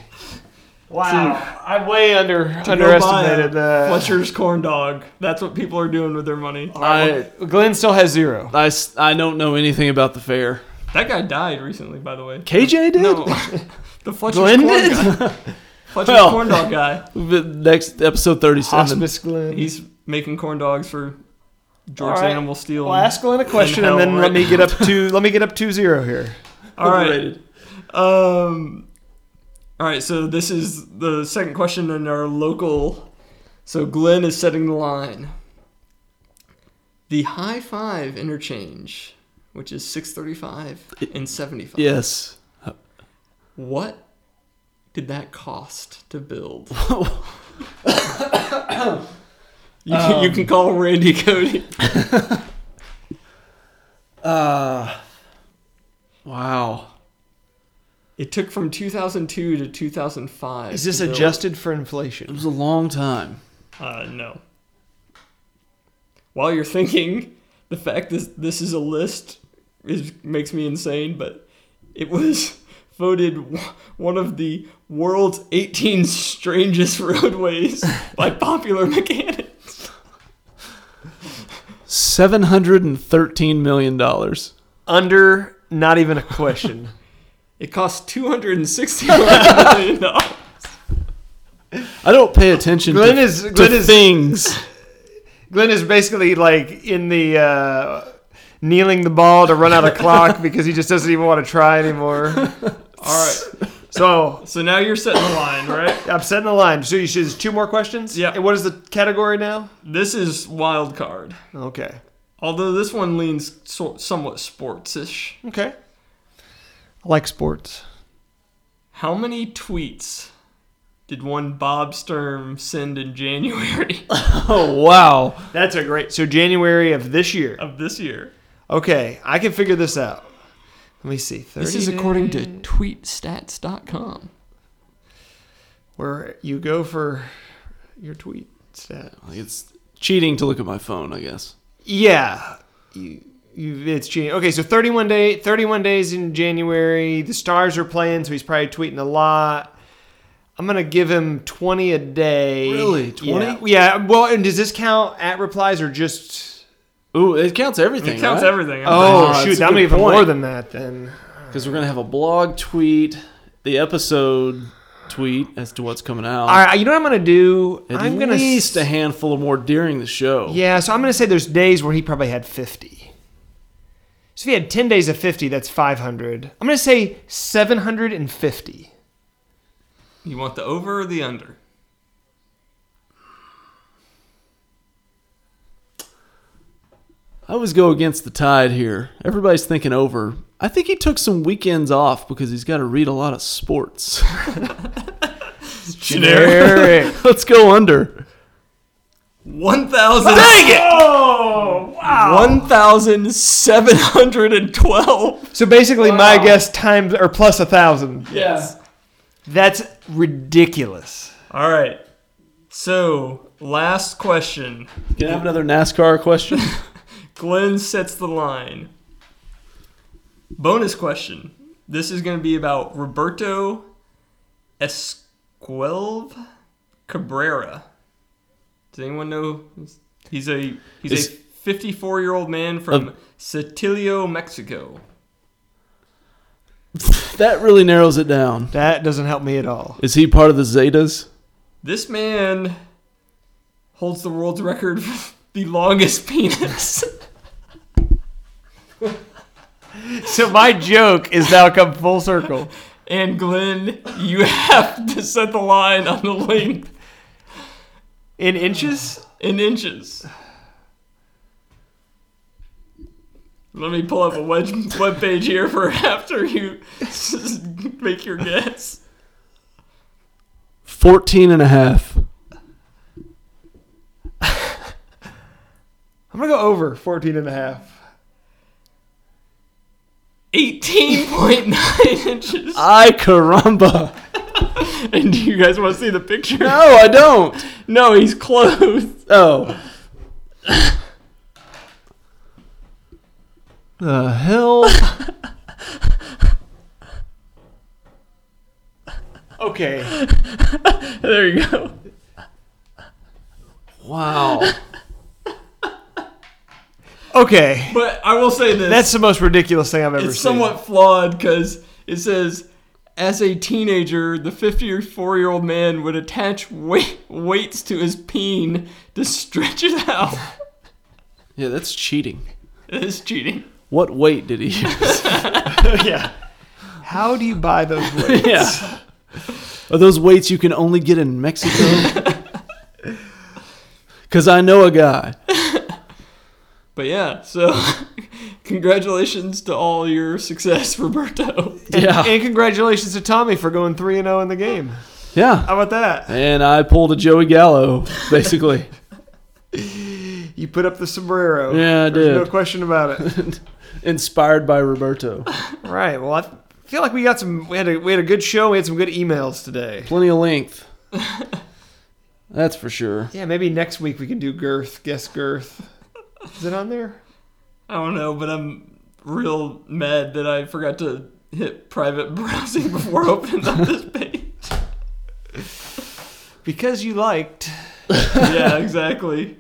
Speaker 1: Wow. I way under
Speaker 3: to go buy a
Speaker 1: underestimated uh, that.
Speaker 3: Fletcher's corn dog. That's what people are doing with their money.
Speaker 2: I,
Speaker 1: Glenn still has zero.
Speaker 2: I, s- I don't know anything about the fair.
Speaker 3: That guy died recently, by the way.
Speaker 2: KJ did.
Speaker 3: No, the Fletcher's
Speaker 1: Glenn
Speaker 3: corn
Speaker 1: did?
Speaker 3: guy. Fletcher's
Speaker 2: Well.
Speaker 3: corn dog guy.
Speaker 2: The Next episode thirty-seven.
Speaker 1: Hospice Glenn.
Speaker 3: He's making corn dogs for George
Speaker 1: All right.
Speaker 3: Animal Steel.
Speaker 1: Well, ask Glenn a question
Speaker 3: hell
Speaker 1: and then let
Speaker 3: right
Speaker 1: me get up to let me get up two zero here.
Speaker 3: All right.
Speaker 2: Overrated.
Speaker 3: Um, All right, so this is the second question in our local. So Glenn is setting the line. The high five interchange, which is 635 and 75.
Speaker 2: Yes.
Speaker 3: What did that cost to build? you, can, you can call Randy Cody.
Speaker 2: Uh, wow.
Speaker 3: It took from 2002 to 2005.
Speaker 1: Is this
Speaker 3: to build.
Speaker 1: adjusted for
Speaker 2: It
Speaker 1: inflation?
Speaker 2: was a long time.
Speaker 3: Uh, no. While you're thinking, the fact that this is a list is makes me insane, but it was voted w- one of the world's 18 strangest roadways by popular mechanics.
Speaker 2: Seven hundred and thirteen million dollars.
Speaker 1: Under, not even a question.
Speaker 3: It cost 261 million dollars.
Speaker 2: I don't pay attention
Speaker 1: Glenn
Speaker 2: to,
Speaker 1: is-
Speaker 2: to
Speaker 1: Glenn is-
Speaker 2: things.
Speaker 1: Glenn is basically like in the uh, kneeling the ball to run out of clock because he just doesn't even want to try anymore.
Speaker 3: All right,
Speaker 1: So
Speaker 3: so now you're setting the line, right?
Speaker 1: I'm setting the line. So you should there's two more questions.
Speaker 3: Yeah.
Speaker 1: And what is the category now?
Speaker 3: This is wild card.
Speaker 1: Okay.
Speaker 3: Although this one leans so- somewhat sportsish.
Speaker 1: Okay. I like sports.
Speaker 3: How many tweets did one Bob Sturm send in January
Speaker 2: Oh wow.
Speaker 1: That's a great. So January of this year.
Speaker 3: of this year?
Speaker 1: Okay, I can figure this out. Let me see. 30
Speaker 3: This is according to
Speaker 1: days,
Speaker 3: tweetstats.com.
Speaker 1: where you go for your tweet stat.
Speaker 2: Like, it's cheating to look at my phone, I guess.
Speaker 1: Yeah, you, you, it's cheating. Okay, so 31 day, 31 days in January. The Stars are playing, so he's probably tweeting a lot. I'm gonna give him 20 a day.
Speaker 2: Really? 20?
Speaker 1: Yeah. yeah. Well, and does this count at replies or just?
Speaker 2: Ooh, it counts everything.
Speaker 3: It counts everything.
Speaker 1: Oh,
Speaker 2: that's
Speaker 1: shoot!
Speaker 2: a
Speaker 1: I'm
Speaker 2: good
Speaker 1: even
Speaker 2: point.
Speaker 1: more than that then.
Speaker 2: Because we're gonna have a blog tweet, the episode tweet as to what's coming out.
Speaker 1: All right, you know what I'm gonna do?
Speaker 2: At
Speaker 1: I'm gonna
Speaker 2: least a handful or more during the show.
Speaker 1: Yeah, so I'm going to say there's days where he probably had 50. So if he had 10 days of 50, that's 500. I'm going to say 750.
Speaker 3: You want the over or the under?
Speaker 2: I always go against the tide here. Everybody's thinking over. I think he took some weekends off because he's got to read a lot of sports.
Speaker 1: Generic.
Speaker 2: Let's go under.
Speaker 3: 1,000.
Speaker 1: Oh, wow.
Speaker 3: 1,712.
Speaker 1: So basically, my guess times or plus a 1,000.
Speaker 3: Yes.
Speaker 1: That's ridiculous.
Speaker 3: All right. So, last question.
Speaker 2: Can I have another NASCAR question?
Speaker 3: Glenn sets the line. Bonus question. This is going to be about Roberto Esquelve Cabrera. Does anyone know? He's a he's
Speaker 2: Is-
Speaker 3: a 54 year old man from Satillo, Mexico.
Speaker 2: that really narrows it down.
Speaker 1: That doesn't help me at all.
Speaker 2: Is he part of the Zetas?
Speaker 3: This man holds the world's record for the longest penis.
Speaker 1: So my joke is now come full circle.
Speaker 3: and Glenn, you have to set the line on the length
Speaker 1: In inches?
Speaker 3: in inches. Let me pull up a web, web page here for after you make your guess.
Speaker 2: 14 and a half.
Speaker 1: I'm going to go over 14 and a half.
Speaker 3: 18.9 inches.
Speaker 2: I caramba.
Speaker 3: And do you guys want to see the picture?
Speaker 2: No, I don't.
Speaker 3: No, he's close.
Speaker 2: Oh. the hell?
Speaker 1: Okay.
Speaker 3: There you go.
Speaker 2: Wow.
Speaker 1: Okay.
Speaker 3: But I will say this.
Speaker 1: That's the most ridiculous thing I've ever
Speaker 3: it's
Speaker 1: seen.
Speaker 3: somewhat flawed because it says as a teenager the 54 year old man would attach weight, weights to his peen to stretch it out
Speaker 2: Yeah, that's cheating.
Speaker 3: it is cheating
Speaker 2: What weight did he use?
Speaker 1: yeah. How do you buy those weights?
Speaker 2: yeah. Are those weights you can only get in Mexico? Because I know a guy.
Speaker 3: But yeah, so congratulations to all your success, Roberto.
Speaker 2: Yeah.
Speaker 1: And congratulations to Tommy for going 3 and 0 in the game.
Speaker 2: Yeah.
Speaker 1: How about that?
Speaker 2: And I pulled a Joey Gallo, basically.
Speaker 1: You put up the sombrero.
Speaker 2: Yeah, I
Speaker 1: There's
Speaker 2: did.
Speaker 1: no question about it.
Speaker 2: Inspired by Roberto.
Speaker 1: right. Well, I feel like we got some we had a we had a good show. We had some good emails today.
Speaker 2: Plenty of length. That's for sure.
Speaker 1: Yeah, maybe next week we can do girth, guess girth. Is it on there?
Speaker 3: I don't know, but I'm real mad that I forgot to hit private browsing before opening up this page.
Speaker 1: Because you liked.
Speaker 3: yeah, exactly.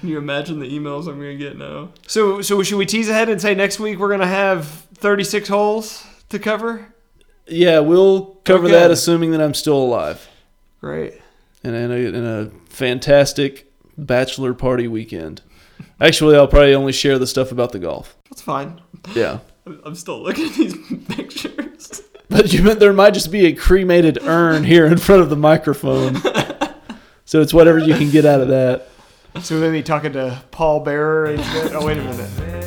Speaker 3: Can you imagine the emails I'm gonna get now?
Speaker 1: So so should we tease ahead and say next week we're going to have 36 holes to cover?
Speaker 2: Yeah, we'll cover
Speaker 1: Okay.
Speaker 2: that assuming that I'm still alive.
Speaker 1: Great.
Speaker 2: And in a, in a fantastic bachelor party weekend. Actually, I'll probably only share the stuff about the golf.
Speaker 3: That's fine.
Speaker 2: Yeah.
Speaker 3: I'm I'm still looking at these pictures.
Speaker 2: But you meant there might just be a cremated urn here in front of the microphone. so it's whatever you can get out of that.
Speaker 1: So maybe talking to Paul Bearer instead. Oh wait a minute.